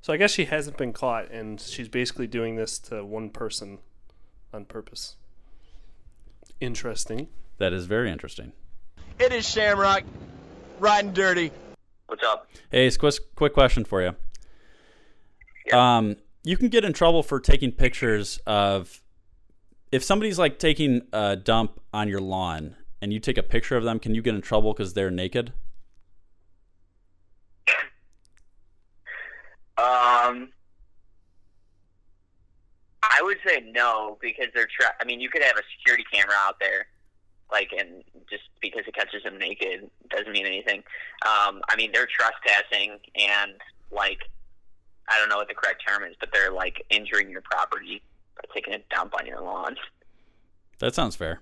[SPEAKER 9] so I guess she hasn't been caught, and she's basically doing this to one person on purpose. Interesting.
[SPEAKER 8] That is very interesting.
[SPEAKER 11] It is Shamrock, riding dirty.
[SPEAKER 1] What's up?
[SPEAKER 8] Hey, Ace, quick, quick question for you. Um, you can get in trouble for taking pictures of if somebody's like taking a dump on your lawn and you take a picture of them. Can you get in trouble because they're naked?
[SPEAKER 12] Um, I would say no because they're. Tra- I mean, you could have a security camera out there, like, and just because it catches them naked doesn't mean anything. Um, I mean, they're trespassing and like, I don't know what the correct term is, but they're like injuring your property by taking a dump on your lawn.
[SPEAKER 8] That sounds fair.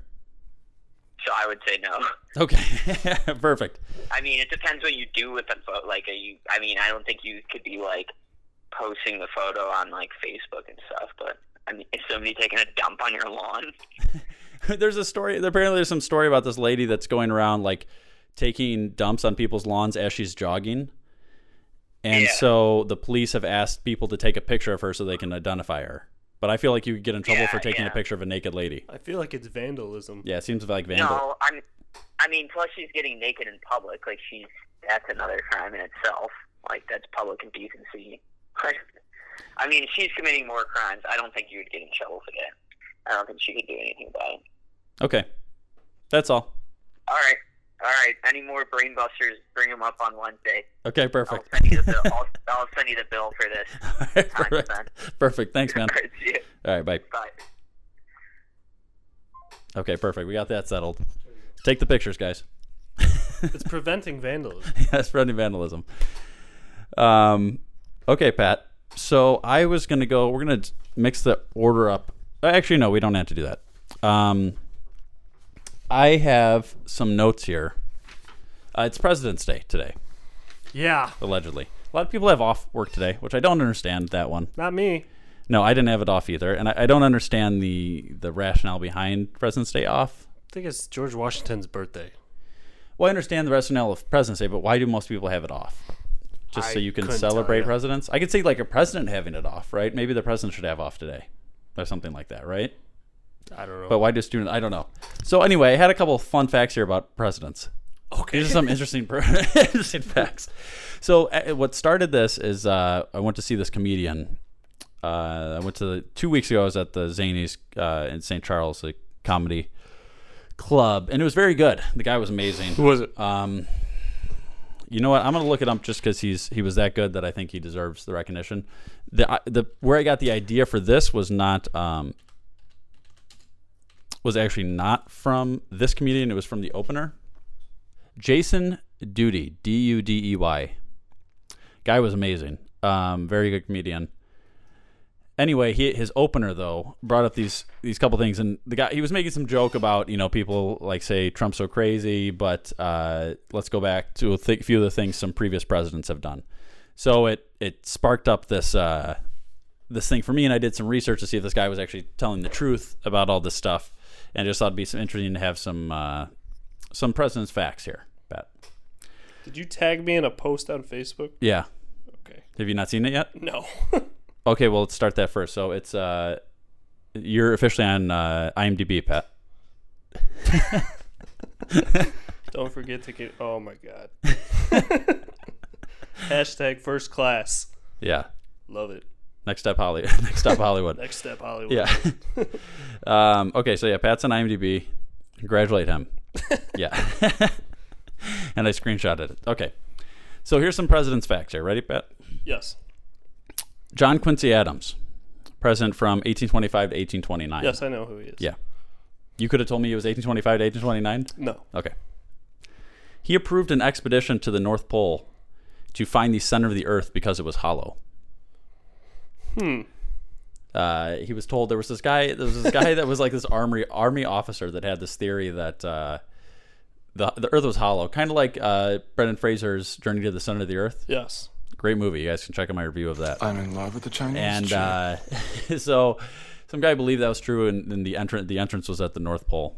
[SPEAKER 12] So I would say no.
[SPEAKER 8] Okay, [laughs] perfect.
[SPEAKER 12] I mean, it depends what you do with the photo. Like, are you, I mean, I don't think you could be like posting the photo on like Facebook and stuff. But I mean, is somebody taking a dump on your lawn?
[SPEAKER 8] [laughs] there's a story. Apparently, there's some story about this lady that's going around like taking dumps on people's lawns as she's jogging. And so the police have asked people to take a picture of her so they can identify her. But I feel like you could get in trouble for taking a picture of a naked lady.
[SPEAKER 9] I feel like it's vandalism.
[SPEAKER 8] Yeah, it seems like vandal.
[SPEAKER 12] No, I'm. I mean, plus she's getting naked in public. Like she's that's another crime in itself. Like that's public indecency. [laughs] I mean, she's committing more crimes. I don't think you would get in trouble for that. I don't think she could do anything about it.
[SPEAKER 8] Okay, that's all.
[SPEAKER 12] All right, all right. Any more brain busters? Bring them up on Wednesday.
[SPEAKER 8] Okay,
[SPEAKER 12] I'll
[SPEAKER 9] [laughs]
[SPEAKER 8] perfect.
[SPEAKER 12] send you the bill. I'll, I'll send you the bill for this. [laughs]
[SPEAKER 8] All right, [laughs] perfect. Perfect. Thanks,
[SPEAKER 9] [laughs]
[SPEAKER 8] man.
[SPEAKER 12] All right, see ya.
[SPEAKER 8] All right, bye.
[SPEAKER 12] Bye.
[SPEAKER 8] Okay, perfect. We got that settled. Take the pictures, guys.
[SPEAKER 9] It's preventing vandalism.
[SPEAKER 6] [laughs]
[SPEAKER 8] That's friendly vandalism. Um, okay, Pat. So I was gonna go. We're gonna mix the order up. Uh, Actually, no, we don't have to do that. Um, I have some notes here. Uh, it's President's Day today,
[SPEAKER 9] Yeah,
[SPEAKER 8] allegedly. A lot of people have off work today, which I don't understand that one.
[SPEAKER 9] not me.
[SPEAKER 8] No, I didn't have it off either, and I, I don't understand the the rationale behind President's Day off.
[SPEAKER 9] I think it's George Washington's birthday.
[SPEAKER 8] Well, I understand the rationale of President's Day, but why do most people have it off? Just so
[SPEAKER 9] I
[SPEAKER 8] you can
[SPEAKER 9] couldn't tell
[SPEAKER 8] celebrate
[SPEAKER 9] ya.
[SPEAKER 8] presidents? I could see like a president having it off, right? Maybe the president should have off today or something like that, right?
[SPEAKER 9] I don't know.
[SPEAKER 8] But why do students? I don't know. So, anyway, I had a couple of fun facts here about presidents.
[SPEAKER 9] Okay.
[SPEAKER 8] These are some interesting, [laughs] interesting facts. So, uh, what started this is uh, I went to see this comedian. Uh, I went to the, two weeks ago. I was at the Zanies uh, in St. Charles, the comedy club, and it was very good. The guy was amazing.
[SPEAKER 9] Who was it?
[SPEAKER 8] Um,
[SPEAKER 13] You know what? I'm gonna look it up just because he's he was that good that I think he deserves the recognition. The I- the where I got the idea for this was not um was actually not from this comedian. It was from the opener, Jason Duty D U D E Y. Guy was amazing. Um, very good comedian. Anyway, he, his opener though brought up these these couple things, and the guy he was making some joke about you know people like say Trump's so crazy, but uh, let's go back to a th- few of the things some previous presidents have done. So it it sparked up this uh, this thing for me, and I did some research to see if this guy was actually telling the truth about all this stuff, and I just thought it'd be some interesting to have some uh, some president's facts here, Pat.
[SPEAKER 9] Did you tag me in a post on Facebook?
[SPEAKER 13] Yeah. Okay. Have you not seen it yet?
[SPEAKER 9] No. [laughs]
[SPEAKER 13] okay, well, let's start that first. So it's uh, you're officially on uh, IMDb, Pat.
[SPEAKER 9] [laughs] Don't forget to get. Oh my god. [laughs] Hashtag first class.
[SPEAKER 13] Yeah.
[SPEAKER 9] Love it.
[SPEAKER 13] Next step Hollywood. [laughs] Next step Hollywood.
[SPEAKER 9] Next step Hollywood.
[SPEAKER 13] Yeah. um, okay, so yeah, Pat's on IMDb. Congratulate
[SPEAKER 9] [laughs]
[SPEAKER 13] him. yeah. [laughs] and I screenshotted it. Okay. So here's some president's facts here. Ready, Pat?
[SPEAKER 9] Yes.
[SPEAKER 13] John Quincy Adams, president from 1825 to 1829.
[SPEAKER 9] Yes, I know who he is.
[SPEAKER 13] Yeah. You could have told me it was 1825 to 1829?
[SPEAKER 9] No.
[SPEAKER 13] Okay. He approved an expedition to the North Pole to find the center of the earth because it was hollow.
[SPEAKER 9] Hmm.
[SPEAKER 13] Uh, he was told there was this guy there was this guy that was like this army army officer that had this theory that uh, the the earth was hollow, kind of like uh, Brendan Fraser's Journey to the Center of the Earth.
[SPEAKER 9] Yes.
[SPEAKER 13] Great movie. You guys can check out my review of that.
[SPEAKER 14] I'm in love with the Chinese.
[SPEAKER 13] and
[SPEAKER 14] chair.
[SPEAKER 13] uh, [laughs] so some guy believed that was true, and, and the entrance the entrance was at the North Pole,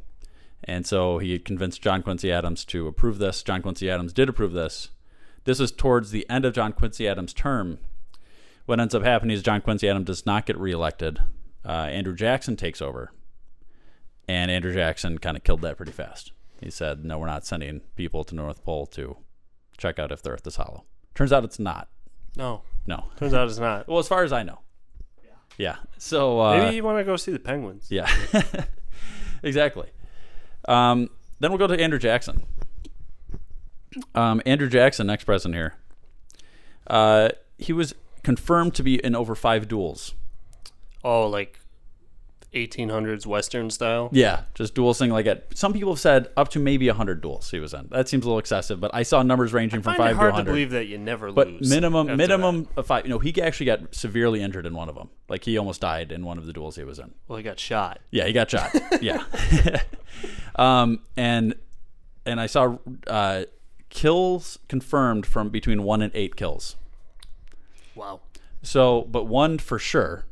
[SPEAKER 13] and so he convinced John Quincy Adams to approve this. John Quincy Adams did approve this. This is towards the end of John Quincy Adams' term. What ends up happening is John Quincy Adams does not get reelected. Uh, Andrew Jackson takes over, and Andrew Jackson kind of killed that pretty fast. He said, "No, we're not sending people to North Pole to check out if the Earth is hollow." Turns out it's not.
[SPEAKER 9] No.
[SPEAKER 13] No.
[SPEAKER 9] Turns out it's not.
[SPEAKER 13] Well, as far as I know. Yeah. So uh,
[SPEAKER 9] Maybe you want to go see the Penguins.
[SPEAKER 13] Yeah. exactly. Um, then we'll go to Andrew Jackson. Um, Andrew Jackson, next president here. Uh, he was confirmed to be in over five duels.
[SPEAKER 9] Oh, like 1800s Western style.
[SPEAKER 13] Yeah, just duels thing like that. Some people have said up to maybe 100 duels he was in. That seems a little excessive, but I saw numbers ranging from 5
[SPEAKER 9] Find it hard
[SPEAKER 13] to
[SPEAKER 9] to
[SPEAKER 13] 100.
[SPEAKER 9] believe that you never
[SPEAKER 13] but
[SPEAKER 9] lose.
[SPEAKER 13] minimum
[SPEAKER 9] after
[SPEAKER 13] minimum of 5. You know, he actually got severely injured in one of them. Like he almost died in one of the duels he was in.
[SPEAKER 9] Well, he got shot.
[SPEAKER 13] Yeah, he got shot.
[SPEAKER 9] [laughs]
[SPEAKER 13] yeah. [laughs] um, and and I saw uh, kills confirmed from between one and eight kills.
[SPEAKER 9] Wow.
[SPEAKER 13] So, but one for sure,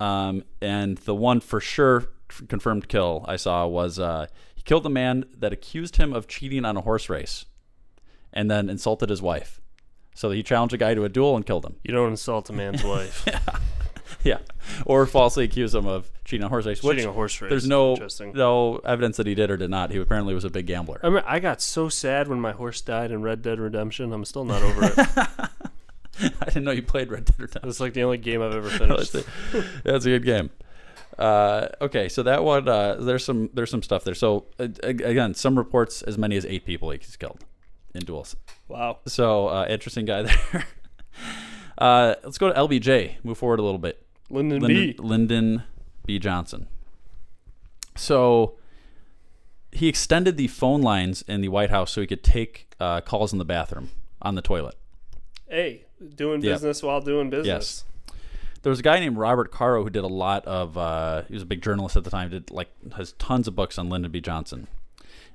[SPEAKER 13] um, and the one for sure confirmed kill I saw was uh, he killed the man that accused him of cheating on a horse race, and then insulted his wife. So he challenged a guy to a duel and killed him.
[SPEAKER 9] You don't insult a [laughs] man's wife.
[SPEAKER 13] [laughs] Yeah, or falsely accuse him of cheating on a horse race. which
[SPEAKER 9] Cheating on a horse race.
[SPEAKER 13] There's no
[SPEAKER 9] Interesting.
[SPEAKER 13] no evidence that he did or did not. He apparently was a big gambler.
[SPEAKER 9] I remember I got so sad when my horse died in Red Dead Redemption. I'm still not over
[SPEAKER 13] [laughs]
[SPEAKER 9] it. [laughs]
[SPEAKER 13] I didn't know you played Red Dead Redemption.
[SPEAKER 9] It's like the only game I've ever
[SPEAKER 13] That's [laughs]
[SPEAKER 9] finished.
[SPEAKER 13] a, that's a good game. Uh, okay, so that one uh, there's some there's some stuff there. So uh, ag- again, some reports as many as eight people he's killed in duels.
[SPEAKER 9] Wow.
[SPEAKER 13] So uh, interesting guy [laughs] there. uh, let's go to LBJ. Move forward a little bit.
[SPEAKER 9] Lyndon B.
[SPEAKER 13] Lyndon B. Johnson. So he extended the phone lines in the White House so he could take uh, calls in the bathroom on the toilet.
[SPEAKER 9] hey, doing
[SPEAKER 13] Yeah.
[SPEAKER 9] business while doing business.
[SPEAKER 13] Yes. There was a guy named Robert Caro who did a lot of. Uh, he was a big journalist at the time. Did like has tons of books on Lyndon B. Johnson,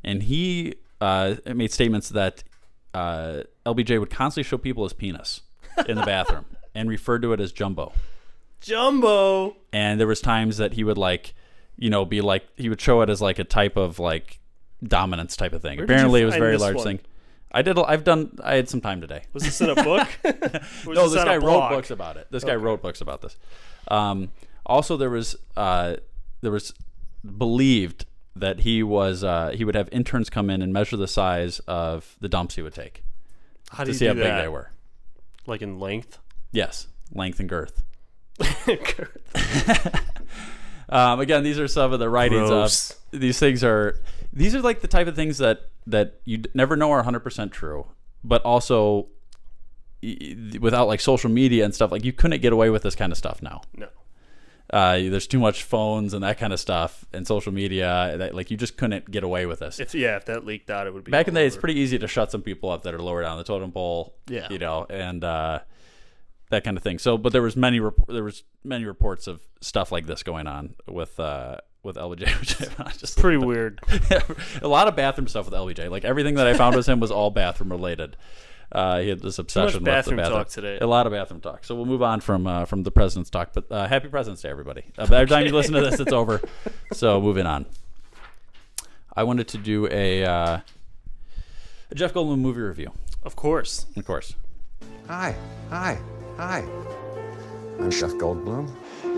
[SPEAKER 13] and he uh, made statements that uh, LBJ would constantly show people his penis in
[SPEAKER 9] [laughs]
[SPEAKER 13] the bathroom and referred to it as jumbo.
[SPEAKER 9] Jumbo.
[SPEAKER 13] And there was times that he would like, you know, be like he would show it as like a type of like dominance type of thing.
[SPEAKER 9] Where did you
[SPEAKER 13] Apparently, it was a
[SPEAKER 9] find
[SPEAKER 13] very
[SPEAKER 9] this
[SPEAKER 13] large
[SPEAKER 9] one?
[SPEAKER 13] thing. I did. a- I've done. I had some time today.
[SPEAKER 9] Was this in a
[SPEAKER 13] [laughs]
[SPEAKER 9] book? Was
[SPEAKER 13] no,
[SPEAKER 9] this
[SPEAKER 13] this
[SPEAKER 9] on a
[SPEAKER 13] guy wrote
[SPEAKER 9] blog?
[SPEAKER 13] books about it. This guy
[SPEAKER 9] Okay.
[SPEAKER 13] wrote books about this. Um, also, there was uh, there was believed that he was uh, he would have interns come in and measure the size of the dumps he would take
[SPEAKER 9] How do
[SPEAKER 13] to
[SPEAKER 9] you
[SPEAKER 13] see how
[SPEAKER 9] do
[SPEAKER 13] big
[SPEAKER 9] that?
[SPEAKER 13] they were.
[SPEAKER 9] Like in length.
[SPEAKER 13] Yes, length and
[SPEAKER 9] [laughs]
[SPEAKER 13] girth. [laughs] um, again, these are some of the writings
[SPEAKER 9] Gross.
[SPEAKER 13] of these things are these are like the type of things that that you d- never know are 100% true but also y- y- without like social media and stuff, like you couldn't get away with this kind of stuff now.
[SPEAKER 9] No.
[SPEAKER 13] Uh, there's too much phones and that kind of stuff and social media that like you just couldn't get away with this.
[SPEAKER 9] If yeah, if that leaked out, it would be
[SPEAKER 13] Back in the
[SPEAKER 9] all
[SPEAKER 13] day, it's
[SPEAKER 9] over.
[SPEAKER 13] pretty easy to shut some people up that are lower down the totem pole.
[SPEAKER 9] Yeah.
[SPEAKER 13] you know, and uh, that kind of thing. So, but there was many rep- there was many reports of stuff like this going on with uh, with LBJ, [laughs] which I just
[SPEAKER 9] pretty weird.
[SPEAKER 13] [laughs] a lot of bathroom stuff with LBJ. Like everything that I found was him was all bathroom related. Uh, he had this obsession with
[SPEAKER 9] bathroom
[SPEAKER 13] the bathroom
[SPEAKER 9] talk today.
[SPEAKER 13] A lot of bathroom talk. So we'll move on from uh, from the president's talk. But uh, happy President's Day, everybody. Uh, by the time you listen to this, it's
[SPEAKER 9] [laughs]
[SPEAKER 13] over. So moving on. I wanted to do a, uh, a Jeff Goldblum movie review.
[SPEAKER 9] Of course,
[SPEAKER 13] of course.
[SPEAKER 15] Hi, hi, hi. I'm Jeff Goldblum.
[SPEAKER 8] You,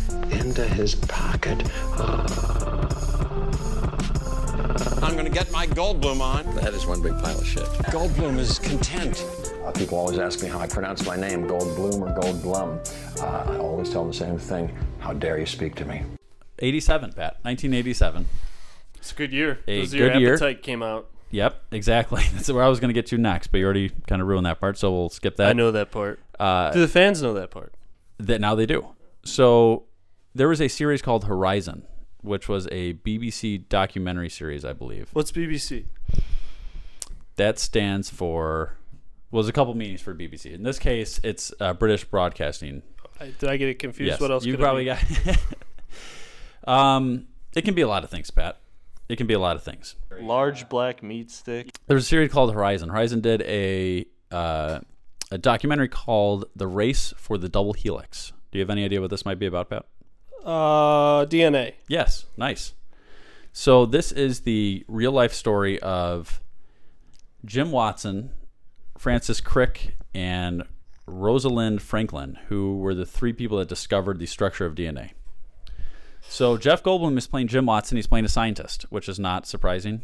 [SPEAKER 14] into his pocket. I'm gonna get my Goldblum on.
[SPEAKER 15] That is one big pile of shit.
[SPEAKER 14] Goldblum is content.
[SPEAKER 15] Uh, people always ask me how I pronounce my name, Goldblum or Goldblum. Uh, I always tell them the same thing. How dare you speak to me?
[SPEAKER 13] 87, Pat. 1987.
[SPEAKER 9] it's a good year.
[SPEAKER 13] A
[SPEAKER 9] Those
[SPEAKER 13] good year.
[SPEAKER 9] Appetite came out.
[SPEAKER 13] Yep, exactly. [laughs] That's where I was going to get to next, but you already kind of ruined that part, so we'll skip that.
[SPEAKER 9] I know that part.
[SPEAKER 13] Uh,
[SPEAKER 9] Do the fans know that part?
[SPEAKER 13] that now they do. So there was a series called Horizon, which was a BBC documentary series, I believe.
[SPEAKER 9] What's BBC?
[SPEAKER 13] That stands for was a couple meanings for BBC. In this case, it's uh, British Broadcasting.
[SPEAKER 9] I, did I get it confused?
[SPEAKER 13] Yes,
[SPEAKER 9] what else?
[SPEAKER 13] you
[SPEAKER 9] could it
[SPEAKER 13] probably
[SPEAKER 9] be?
[SPEAKER 13] got. [laughs] um, it can be a lot of things, Pat. It can be a lot of things.
[SPEAKER 16] Large black meat stick.
[SPEAKER 13] There's a series called Horizon. Horizon did a uh, a documentary called "The Race for the Double Helix." Do you have any idea what this might be about, Pat?
[SPEAKER 9] uh, DNA.
[SPEAKER 13] Yes, nice. So this is the real life story of Jim Watson, Francis Crick, and Rosalind Franklin, who were the three people that discovered the structure of DNA. So Jeff Goldblum is playing Jim Watson. He's playing a scientist, which is not surprising.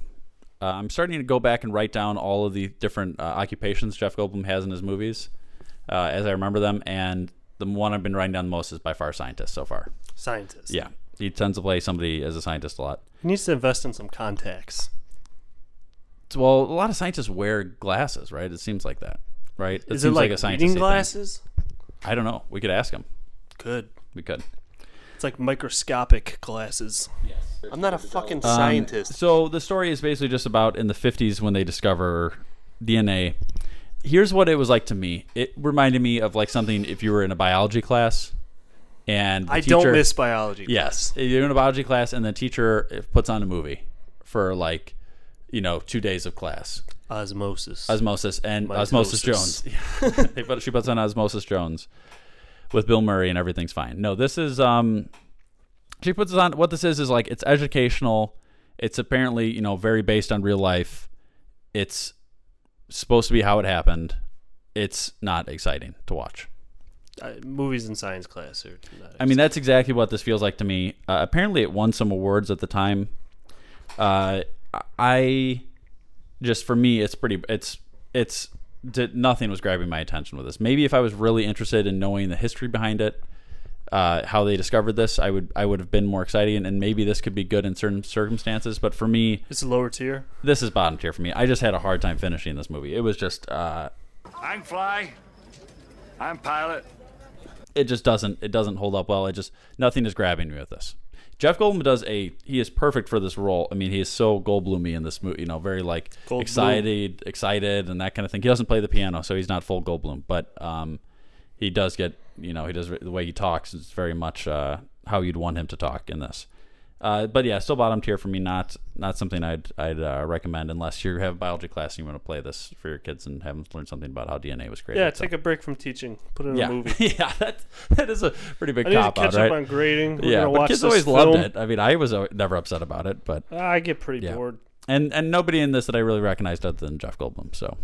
[SPEAKER 13] Uh, I'm starting to go back and write down all of the different uh, occupations Jeff Goldblum has in his movies, uh, as I remember them. And the one I've been writing down the most is by far scientist so far.
[SPEAKER 9] Scientist.
[SPEAKER 13] Yeah, he tends to play somebody as a scientist a lot.
[SPEAKER 9] He needs to invest in some contacts.
[SPEAKER 13] So, well, a lot of scientists wear glasses, right? It seems like that, right?
[SPEAKER 9] Is it
[SPEAKER 13] seems
[SPEAKER 9] like, reading
[SPEAKER 13] thing.
[SPEAKER 9] glasses?
[SPEAKER 13] I don't know. We could ask him.
[SPEAKER 9] Good.
[SPEAKER 13] We could.
[SPEAKER 9] It's like microscopic glasses. Yes. I'm not a fucking
[SPEAKER 13] Um,
[SPEAKER 9] scientist.
[SPEAKER 13] so the story is basically just about in the 50s when they discover DNA. Here's what it was like to me. It reminded me of like something if you were in a biology class and the
[SPEAKER 9] I don't
[SPEAKER 13] teacher-
[SPEAKER 9] miss biology
[SPEAKER 13] Yes, you're in a biology class and the teacher eh, puts on a movie for like you know, 2 days of class.
[SPEAKER 9] Osmosis.
[SPEAKER 13] Osmosis and Osmosis
[SPEAKER 9] Mitosis.
[SPEAKER 13] Jones. they put, she puts on Osmosis Jones with Bill Murray and everything's fine. No, this is um she puts it on what this is is like it's educational. It's apparently, you know, very based on real life. It's supposed to be how it happened. It's not exciting to watch.
[SPEAKER 9] Uh, movies in science class are not
[SPEAKER 13] I mean, that's exactly what this feels like to me. Uh, apparently, it won some awards at the time. Uh, I just for me, it's pretty. It's it's did, nothing was grabbing my attention with this. Maybe if I was really interested in knowing the history behind it, uh, how they discovered this, I would I would have been more excited, and, and maybe this could be good in certain circumstances. But for me,
[SPEAKER 9] it's lower tier.
[SPEAKER 13] This is bottom tier for me. I just had a hard time finishing this movie. It was just. Uh,
[SPEAKER 17] I can fly. I'm pilot.
[SPEAKER 13] it just doesn't it doesn't hold up well. It just nothing is grabbing me with this. Jeff Goldblum does a he is perfect for this role. I mean, he is so Goldblumy in this movie. You know, very like
[SPEAKER 16] Goldblum.
[SPEAKER 13] excited, excited, and that kind of thing. He doesn't play the piano, so he's not full Goldblum, but um, he does get you know he does the way he talks is very much uh, how you'd want him to talk in this. Uh, but yeah, still bottom tier for me. Not not something I'd I'd uh, recommend unless you have a biology class and you want to play this for your kids and have them learn something about how DNA was created. [laughs]
[SPEAKER 9] Yeah,
[SPEAKER 13] So-
[SPEAKER 9] take a break from teaching. Put it in
[SPEAKER 13] yeah,
[SPEAKER 9] a movie.
[SPEAKER 13] yeah, that that is a pretty [laughs] big
[SPEAKER 9] I need to
[SPEAKER 13] cop
[SPEAKER 9] catch
[SPEAKER 13] out,
[SPEAKER 9] up
[SPEAKER 13] right?
[SPEAKER 9] on grading. We're
[SPEAKER 13] yeah,
[SPEAKER 9] gonna
[SPEAKER 13] but
[SPEAKER 9] watch
[SPEAKER 13] kids
[SPEAKER 9] this
[SPEAKER 13] always
[SPEAKER 9] film.
[SPEAKER 13] loved it. I mean, I was al- never upset about it, but
[SPEAKER 9] I get pretty bored.
[SPEAKER 13] And and nobody in this that I really recognized other than Jeff Goldblum. So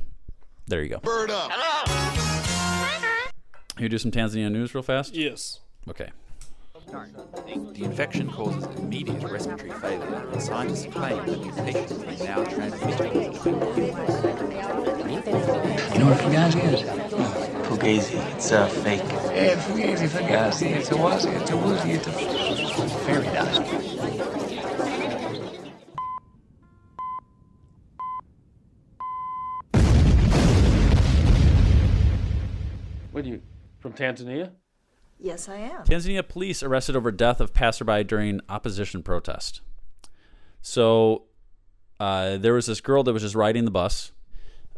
[SPEAKER 13] there you go.
[SPEAKER 14] Bird up. Hello.
[SPEAKER 13] you do some Tanzania news real fast?
[SPEAKER 8] Yes.
[SPEAKER 13] Okay.
[SPEAKER 14] The infection causes immediate respiratory failure, and scientists claim that mutations may now transmit
[SPEAKER 18] You know what Fugazi is? Fugazi. It's a fake. Yeah, Fugazi, Fugazi. It's a wazi, it's a woozy, it's a fairy dust.
[SPEAKER 19] What are you from Tanzania?
[SPEAKER 2] Yes, I am.
[SPEAKER 13] Tanzania police arrested over death of passerby during opposition protest. So uh, there was this girl that was just riding the bus.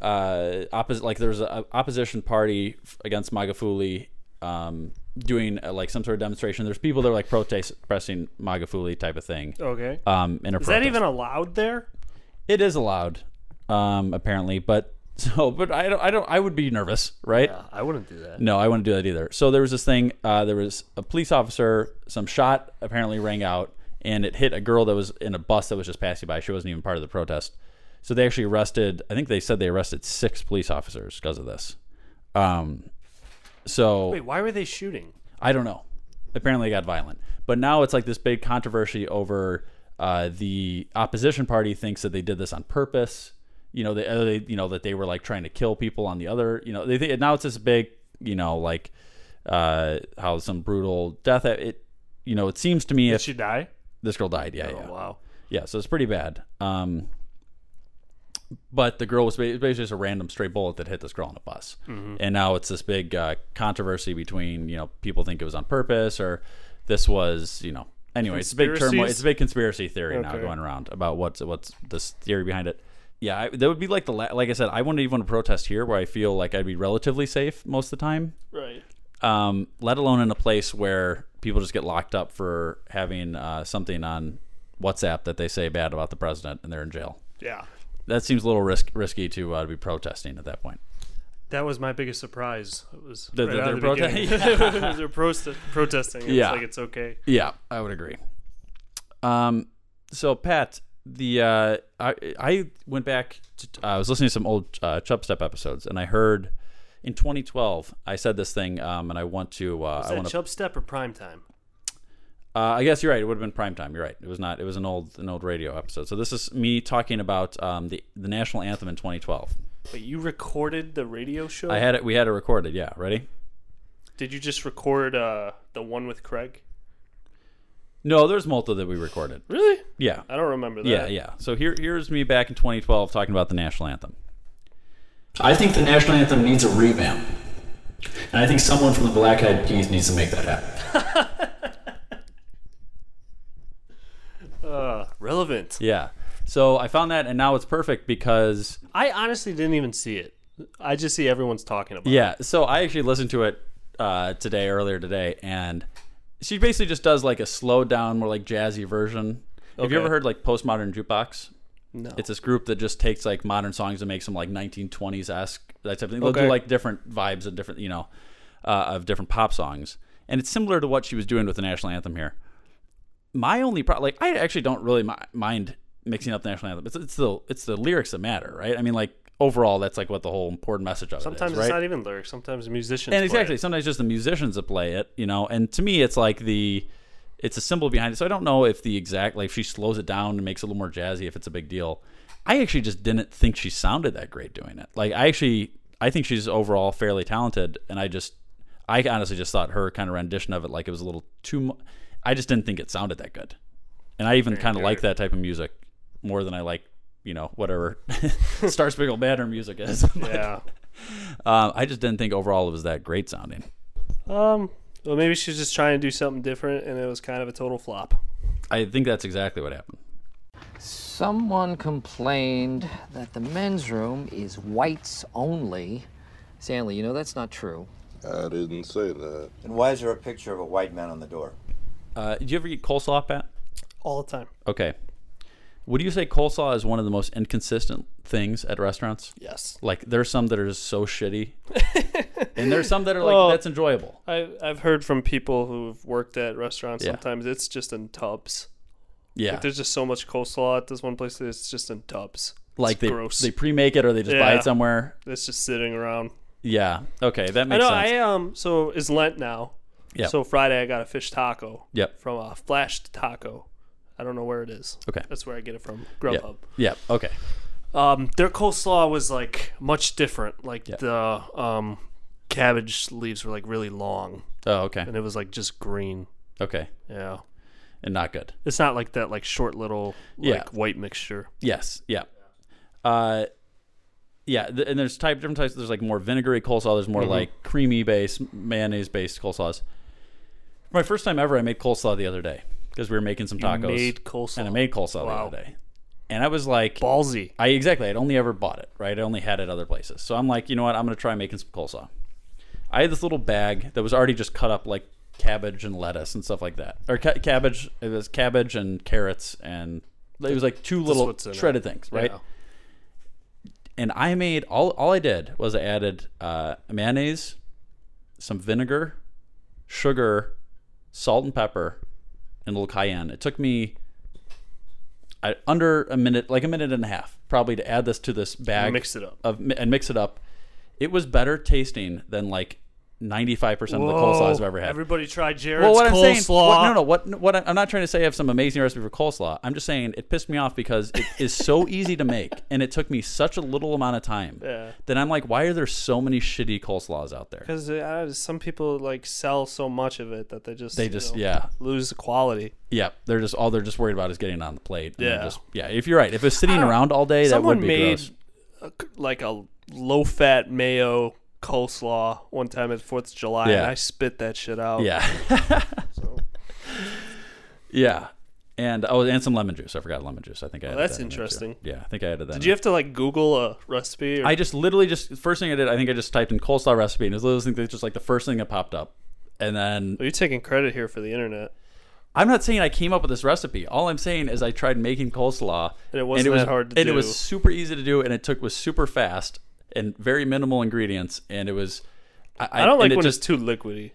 [SPEAKER 13] Uh, oppos- like there was an opposition party f- against Magafuli um, doing uh, like some sort of demonstration. There's people that are like protesting Magafuli type of thing.
[SPEAKER 8] Okay.
[SPEAKER 13] Um, in a
[SPEAKER 8] Is that
[SPEAKER 13] protest.
[SPEAKER 8] even allowed there?
[SPEAKER 13] It is allowed, um, apparently. But [laughs] so, but I don't, I don't, I would be nervous, right?
[SPEAKER 19] I wouldn't do that.
[SPEAKER 13] No, I wouldn't do that either. So there was this thing. Uh, there was a police officer. Some shot apparently rang out, and it hit a girl that was in a bus that was just passing by. She wasn't even part of the protest. So they actually arrested. I think they said they arrested six police officers because of this. Um, so
[SPEAKER 8] Wait, why were they shooting?
[SPEAKER 13] I don't know. Apparently, it got violent. But now it's like this big controversy over uh, the opposition party thinks that they did this on purpose. You know, they, uh, they you know that they were like trying to kill people on the other. You know, they, they now it's this big. You know, like uh, how some brutal death. uh, It you know it seems to me
[SPEAKER 8] Did
[SPEAKER 13] if
[SPEAKER 8] she die?
[SPEAKER 13] This girl died.
[SPEAKER 19] Oh,
[SPEAKER 13] Yeah. yeah.
[SPEAKER 8] wow.
[SPEAKER 13] Yeah. So it's pretty bad. Um, but the girl was ba- basically just a random stray bullet that hit this girl on a bus,
[SPEAKER 19] Mhm.
[SPEAKER 13] and now it's this big uh, controversy between you know people think it was on purpose or this was you know anyway it's a big turmoil
[SPEAKER 19] Conspiracies?
[SPEAKER 13] it's a big conspiracy theory now
[SPEAKER 19] Okay.
[SPEAKER 13] going around about what's what's this theory behind it. Yeah, I, that would be like the la- like I said I wouldn't even want to protest here where I feel like I'd be relatively safe most of the time,
[SPEAKER 8] Right.
[SPEAKER 13] um, let alone in a place where people just get locked up for having uh, something on WhatsApp that they say bad about the president and they're in jail.
[SPEAKER 8] Yeah.
[SPEAKER 13] That seems a little risk, risky to uh, be protesting at that point.
[SPEAKER 8] That was my biggest surprise. It was
[SPEAKER 13] That-
[SPEAKER 8] right
[SPEAKER 13] that
[SPEAKER 8] out of
[SPEAKER 13] they're
[SPEAKER 8] the
[SPEAKER 13] [laughs] prote-
[SPEAKER 8] beginning.
[SPEAKER 9] [laughs]
[SPEAKER 8] they're prost- protesting. It's
[SPEAKER 13] Yeah.
[SPEAKER 8] like it's okay.
[SPEAKER 13] Yeah, I would agree. Um, so Pat, the uh, I I went back. To, I was listening to some old uh, Chub Step episodes, and I heard in 2012 I said this thing, um, and I want to. Uh,
[SPEAKER 8] Was
[SPEAKER 13] I
[SPEAKER 8] that
[SPEAKER 13] want to.
[SPEAKER 8] Chub Step or Prime Time?
[SPEAKER 13] Uh, I guess you're right. It would have been prime time. You're right. It was not. It was an old an old radio episode. So this is me talking about um, the the national anthem in 2012.
[SPEAKER 8] But you recorded the radio show.
[SPEAKER 13] I had it. We had it recorded. Yeah. Ready?
[SPEAKER 8] Did you just record uh, the one with Craig?
[SPEAKER 13] No, there's multiple that we recorded.
[SPEAKER 8] Really?
[SPEAKER 13] Yeah.
[SPEAKER 8] I don't remember that.
[SPEAKER 13] Yeah, yeah. So here, here's me back in 2012 talking about the national anthem.
[SPEAKER 18] I think the national anthem needs a revamp. And I think someone from the Black Eyed Peas needs to make that happen.
[SPEAKER 8] Uh, relevant.
[SPEAKER 13] Yeah. So I found that, and now it's perfect because
[SPEAKER 8] I honestly didn't even see it. I just see everyone's talking about.
[SPEAKER 13] yeah. So I actually listened to it uh, today, earlier today, and she basically just does like a slowed down, more like jazzy version. Have you
[SPEAKER 19] Okay.
[SPEAKER 13] ever heard like postmodern jukebox?
[SPEAKER 19] No.
[SPEAKER 13] It's this group that just takes like modern songs and makes them like 1920s esque that type of thing. They'll do
[SPEAKER 19] Okay.
[SPEAKER 13] like different vibes of different, you know, uh, of different pop songs, and it's similar to what she was doing with the national anthem here. my only problem, like I actually don't really mi- mind mixing up the national anthem. It's, it's the it's the lyrics that matter, right? I mean, like overall, that's like what the whole Oh, important message of
[SPEAKER 8] it. Sometimes
[SPEAKER 13] it is,
[SPEAKER 8] it's
[SPEAKER 13] right?
[SPEAKER 8] not even lyrics. Sometimes musicians.
[SPEAKER 13] and
[SPEAKER 8] play it.
[SPEAKER 13] exactly, sometimes just the musicians that play it, you know. And to me, it's like the it's a symbol behind it. So I don't know if the exact like if she slows it down and makes it a little more jazzy, if it's a big deal. I actually just didn't think she sounded that great doing it. Like I actually I think she's overall fairly talented, and I just I honestly just thought her kind of rendition of it like it was a little too. Mu- I just didn't think it sounded that good, and I even kind of like that type of music more than I like you know whatever [laughs] Star Spangled Banner music is. [laughs] But,
[SPEAKER 8] Yeah.
[SPEAKER 13] um, I just didn't think overall it was that great sounding.
[SPEAKER 8] Um. Well, maybe she's just trying to do something different, and it was kind of a total flop.
[SPEAKER 13] I think that's exactly what happened.
[SPEAKER 9] Someone complained that the men's room is whites only. Stanley, you know that's not true.
[SPEAKER 15] I didn't say that. And why is there a picture of a white man on the door?
[SPEAKER 13] Uh, did you ever eat coleslaw, Pat?
[SPEAKER 8] All the time.
[SPEAKER 13] Okay. Would you say coleslaw is one of the most inconsistent things at restaurants?
[SPEAKER 8] Yes.
[SPEAKER 13] Like there's some that are just so
[SPEAKER 8] [laughs]
[SPEAKER 13] shitty, and there's some that are like
[SPEAKER 8] Well,
[SPEAKER 13] that's enjoyable.
[SPEAKER 8] I, I've heard from people who've worked at restaurants.
[SPEAKER 13] Yeah.
[SPEAKER 8] Sometimes it's just in tubs.
[SPEAKER 13] Yeah.
[SPEAKER 8] Like, there's just so much coleslaw at this one place that it's just in tubs.
[SPEAKER 13] Like
[SPEAKER 8] It's
[SPEAKER 13] they
[SPEAKER 8] gross.
[SPEAKER 13] they pre-make it or they just buy
[SPEAKER 8] Yeah.
[SPEAKER 13] it somewhere.
[SPEAKER 8] It's just sitting around.
[SPEAKER 13] Yeah. Okay, that
[SPEAKER 9] I
[SPEAKER 13] makes
[SPEAKER 9] know.
[SPEAKER 13] sense.
[SPEAKER 8] uh,
[SPEAKER 9] I um. So it's Lent now.
[SPEAKER 13] Yep.
[SPEAKER 9] So Friday I got a fish taco.
[SPEAKER 13] Yep.
[SPEAKER 9] From a flashed taco. I don't know where it is.
[SPEAKER 13] Okay.
[SPEAKER 9] That's where I get it from.
[SPEAKER 13] Yep.
[SPEAKER 9] Grubhub.
[SPEAKER 13] Yep. Okay.
[SPEAKER 9] Um, their coleslaw was like much different. Like the um, cabbage leaves were like really long.
[SPEAKER 13] Oh, okay.
[SPEAKER 9] And it was like just green.
[SPEAKER 13] Okay.
[SPEAKER 9] Yeah.
[SPEAKER 13] And not good.
[SPEAKER 9] It's not like that like short little like
[SPEAKER 13] Yeah.
[SPEAKER 9] white mixture.
[SPEAKER 13] Yes. Yeah. Uh, yeah. th- and there's type different types. There's like more vinegary coleslaw. There's more
[SPEAKER 9] Mhm.
[SPEAKER 13] like creamy based, mayonnaise based coleslaws. For my first time ever, I made coleslaw the other day because we were making some
[SPEAKER 9] You
[SPEAKER 13] tacos.
[SPEAKER 9] made coleslaw.
[SPEAKER 13] And I made coleslaw
[SPEAKER 9] Wow.
[SPEAKER 13] the other day. And I was like
[SPEAKER 9] ballsy.
[SPEAKER 13] I exactly. I'd only ever bought it. Right. I only had it other places. So I'm like, you know what? I'm gonna try making some coleslaw. I had this little bag that was already just cut up like cabbage and lettuce and stuff like that, or ca- cabbage. It was cabbage and carrots, and it was like two
[SPEAKER 9] Just
[SPEAKER 13] little
[SPEAKER 9] what's in it.
[SPEAKER 13] shredded things, right?
[SPEAKER 9] Yeah.
[SPEAKER 13] And I made all. All I did was I added uh, mayonnaise, some vinegar, sugar, salt and pepper, and a little cayenne. It took me. I, under a minute, like a minute and a half, probably to add this to this bag.
[SPEAKER 9] mix it up.
[SPEAKER 13] of and mix it up. It was better tasting than like ninety five percent of the
[SPEAKER 9] Whoa.
[SPEAKER 13] coleslaws I've ever had.
[SPEAKER 9] Everybody try Jared's
[SPEAKER 13] well, what I'm
[SPEAKER 9] coleslaw.
[SPEAKER 13] saying, what, no, no, what, what I- I'm not trying to say I have some amazing recipe for coleslaw. I'm just saying it pissed me off because it is
[SPEAKER 9] [laughs]
[SPEAKER 13] so easy to make, and it took me such a little amount of time
[SPEAKER 9] Yeah.
[SPEAKER 13] that I'm like, why are there so many shitty coleslaws out there?
[SPEAKER 9] Because uh, some people like sell so much of it that they just
[SPEAKER 13] They
[SPEAKER 9] you
[SPEAKER 13] just
[SPEAKER 9] know,
[SPEAKER 13] yeah
[SPEAKER 9] lose the quality.
[SPEAKER 13] yeah they're just all they're just worried about is getting it on the plate. and they're
[SPEAKER 9] Yeah.
[SPEAKER 13] just, yeah. If you're right, if it's sitting
[SPEAKER 9] I don't-
[SPEAKER 13] around all day, that
[SPEAKER 9] someone
[SPEAKER 13] would be
[SPEAKER 9] made
[SPEAKER 13] gross.
[SPEAKER 9] a c- like a low-fat mayo coleslaw one time at Fourth of July, and
[SPEAKER 13] Yeah.
[SPEAKER 9] I spit that shit out. [laughs]
[SPEAKER 13] Yeah. Yeah. And oh, and some lemon juice. I forgot lemon juice. I think I.
[SPEAKER 9] Oh,
[SPEAKER 13] added
[SPEAKER 9] that's
[SPEAKER 13] that in there, too.
[SPEAKER 9] interesting.
[SPEAKER 13] Yeah, I think I added that. in
[SPEAKER 9] Did you have to like Google a recipe? Or?
[SPEAKER 13] I just literally just first thing I did, I think I just typed in coleslaw recipe, and it was literally think that's just like the first thing that popped up. And then
[SPEAKER 9] you're taking credit here for the internet.
[SPEAKER 13] I'm not saying I came up with this recipe. All I'm saying is I tried making coleslaw,
[SPEAKER 9] And it wasn't
[SPEAKER 13] was
[SPEAKER 9] that hard to
[SPEAKER 13] and it
[SPEAKER 9] do.
[SPEAKER 13] was super easy to do, and it took was super fast and very minimal ingredients, and it was. I,
[SPEAKER 9] I, don't
[SPEAKER 13] and
[SPEAKER 9] like
[SPEAKER 13] it
[SPEAKER 9] when
[SPEAKER 13] just
[SPEAKER 9] it's too liquidy.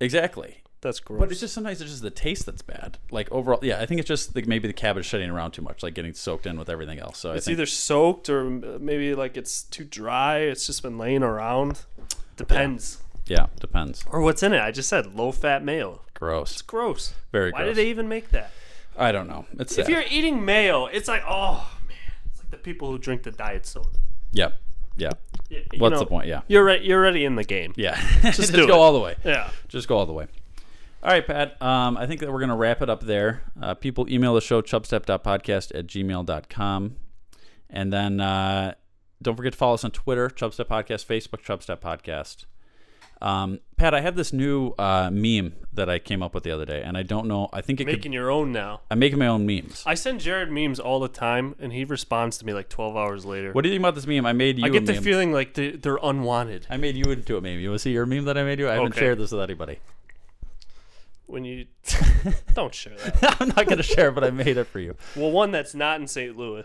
[SPEAKER 13] exactly.
[SPEAKER 9] That's gross.
[SPEAKER 13] But it's just sometimes it's just the taste that's bad. Like overall, yeah, I think it's just like maybe the cabbage shedding around too much, like getting soaked in with everything else. So I
[SPEAKER 9] it's
[SPEAKER 13] think-
[SPEAKER 9] either soaked or m- uh, maybe like it's too dry. It's just been laying around. Depends.
[SPEAKER 13] yeah, depends.
[SPEAKER 9] Or what's in it? I just said low-fat mayo.
[SPEAKER 13] Gross.
[SPEAKER 9] It's gross.
[SPEAKER 13] Very
[SPEAKER 9] Why
[SPEAKER 13] gross.
[SPEAKER 9] did they even make that?
[SPEAKER 13] I don't know. It's
[SPEAKER 9] If
[SPEAKER 13] sad.
[SPEAKER 9] you're eating mayo, it's like oh man, it's like the people who drink the diet soda.
[SPEAKER 13] Yep. Yeah.
[SPEAKER 9] Y- you
[SPEAKER 13] What's
[SPEAKER 9] know,
[SPEAKER 13] the point? Yeah.
[SPEAKER 9] you're re- you're already in the game.
[SPEAKER 13] Yeah. [laughs]
[SPEAKER 9] just,
[SPEAKER 13] Just
[SPEAKER 9] do
[SPEAKER 13] go
[SPEAKER 9] it.
[SPEAKER 13] all the way.
[SPEAKER 9] Yeah,
[SPEAKER 13] Just go all the way. All right, Pat. Um, I think that we're going to wrap it up there. Uh, people email the show, chubstep.podcast at gmail.com. And then uh, don't forget to follow us on Twitter, Chubstep Podcast, Facebook, Chubstep Podcast. Um, Pat, I have this new uh, meme that I came up with the other day, and I don't know. I think it
[SPEAKER 9] making
[SPEAKER 13] could.
[SPEAKER 9] your own now.
[SPEAKER 13] I'm making my own memes.
[SPEAKER 9] I send Jared memes all the time, and he responds to me like 12 hours later.
[SPEAKER 13] What do you think about this meme? I made you
[SPEAKER 9] I
[SPEAKER 13] a
[SPEAKER 9] get the
[SPEAKER 13] meme.
[SPEAKER 9] feeling like they, they're unwanted.
[SPEAKER 13] I made you into a meme. You want to see your meme that I made you? I haven't
[SPEAKER 9] Okay.
[SPEAKER 13] shared this with anybody. [laughs]
[SPEAKER 9] When you don't share that.
[SPEAKER 13] I'm not going to [laughs] share, but I made it for you.
[SPEAKER 9] Well, one that's not in
[SPEAKER 13] [laughs]
[SPEAKER 9] St. Louis.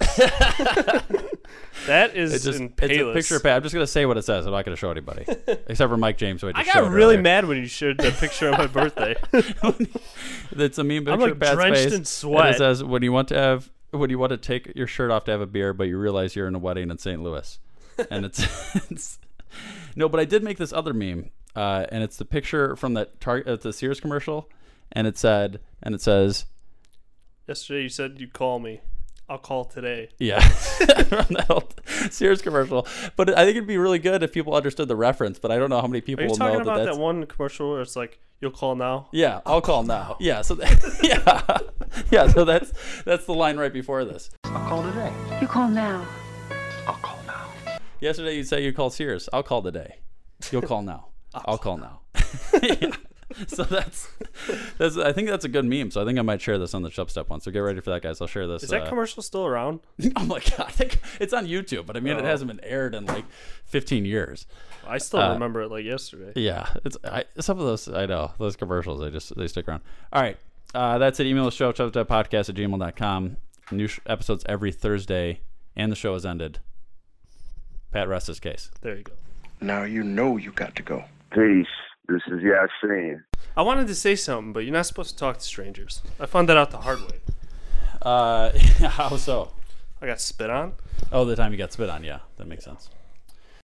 [SPEAKER 9] that is
[SPEAKER 13] It's just
[SPEAKER 9] in
[SPEAKER 13] it's a
[SPEAKER 9] Payless.
[SPEAKER 13] picture of Pat. I'm just gonna say what it says. I'm not gonna show anybody
[SPEAKER 9] [laughs]
[SPEAKER 13] except for Mike James. Who I,
[SPEAKER 9] I
[SPEAKER 13] just
[SPEAKER 9] got
[SPEAKER 13] showed
[SPEAKER 9] really
[SPEAKER 13] earlier.
[SPEAKER 9] mad when you shared the picture of
[SPEAKER 13] [laughs]
[SPEAKER 9] my birthday.
[SPEAKER 13] It's a meme picture
[SPEAKER 9] I'm, like,
[SPEAKER 13] of Pat's
[SPEAKER 9] drenched
[SPEAKER 13] face,
[SPEAKER 9] in sweat.
[SPEAKER 13] And it says when you want to have when you want to take your shirt off to have a beer, but you realize you're in a wedding in St.
[SPEAKER 9] [laughs]
[SPEAKER 13] Louis, and it's, [laughs] it's no. But I did make this other meme, uh, and it's the picture from that Target, uh, the Sears commercial, and it said and it says [laughs]
[SPEAKER 9] Yesterday you said you'd call me. I'll call today.
[SPEAKER 13] Yeah, from that old Sears commercial. But I think it'd be really good if people understood the reference. But I don't know how many
[SPEAKER 9] Are
[SPEAKER 13] people
[SPEAKER 9] you
[SPEAKER 13] will
[SPEAKER 9] talking
[SPEAKER 13] know
[SPEAKER 9] about
[SPEAKER 13] that.
[SPEAKER 9] that
[SPEAKER 13] That's,
[SPEAKER 9] one commercial where it's like, you'll call now?
[SPEAKER 13] yeah, I'll, call,
[SPEAKER 9] [laughs]
[SPEAKER 13] now. Yeah, so th- [laughs] yeah, yeah. So that's that's the line right before this.
[SPEAKER 20] I'll call today.
[SPEAKER 2] You call now.
[SPEAKER 13] Yesterday you'd say you call Sears. I'll call today. You'll call
[SPEAKER 9] [laughs]
[SPEAKER 13] now. I'll call now. [laughs] Yeah. So that's that's. I think that's a good meme. So I think I might share this on the Shop Step one. So get ready for that, guys. I'll share this.
[SPEAKER 9] Is that
[SPEAKER 13] uh,
[SPEAKER 9] commercial still around?
[SPEAKER 13] [laughs] oh my god, I think it's on YouTube. But I mean, it
[SPEAKER 9] Oh.
[SPEAKER 13] hasn't been aired in like 15 years.
[SPEAKER 9] I still
[SPEAKER 13] Uh,
[SPEAKER 9] remember it like yesterday.
[SPEAKER 13] Yeah, it's I, some of those I know those commercials. They just they stick around. All right, uh, that's it. Email the show podcast at gmail.com. New sh- episodes every Thursday, and the show has ended. Pat rests his case.
[SPEAKER 9] There you go.
[SPEAKER 4] Now you know you got to go. Peace. This is Yasin.
[SPEAKER 9] I wanted to say something, but you're not supposed to talk to strangers. I found that out the hard way.
[SPEAKER 13] Uh, [laughs] how so?
[SPEAKER 9] I got spit on.
[SPEAKER 13] Oh, the time you got spit on. Yeah, that makes sense.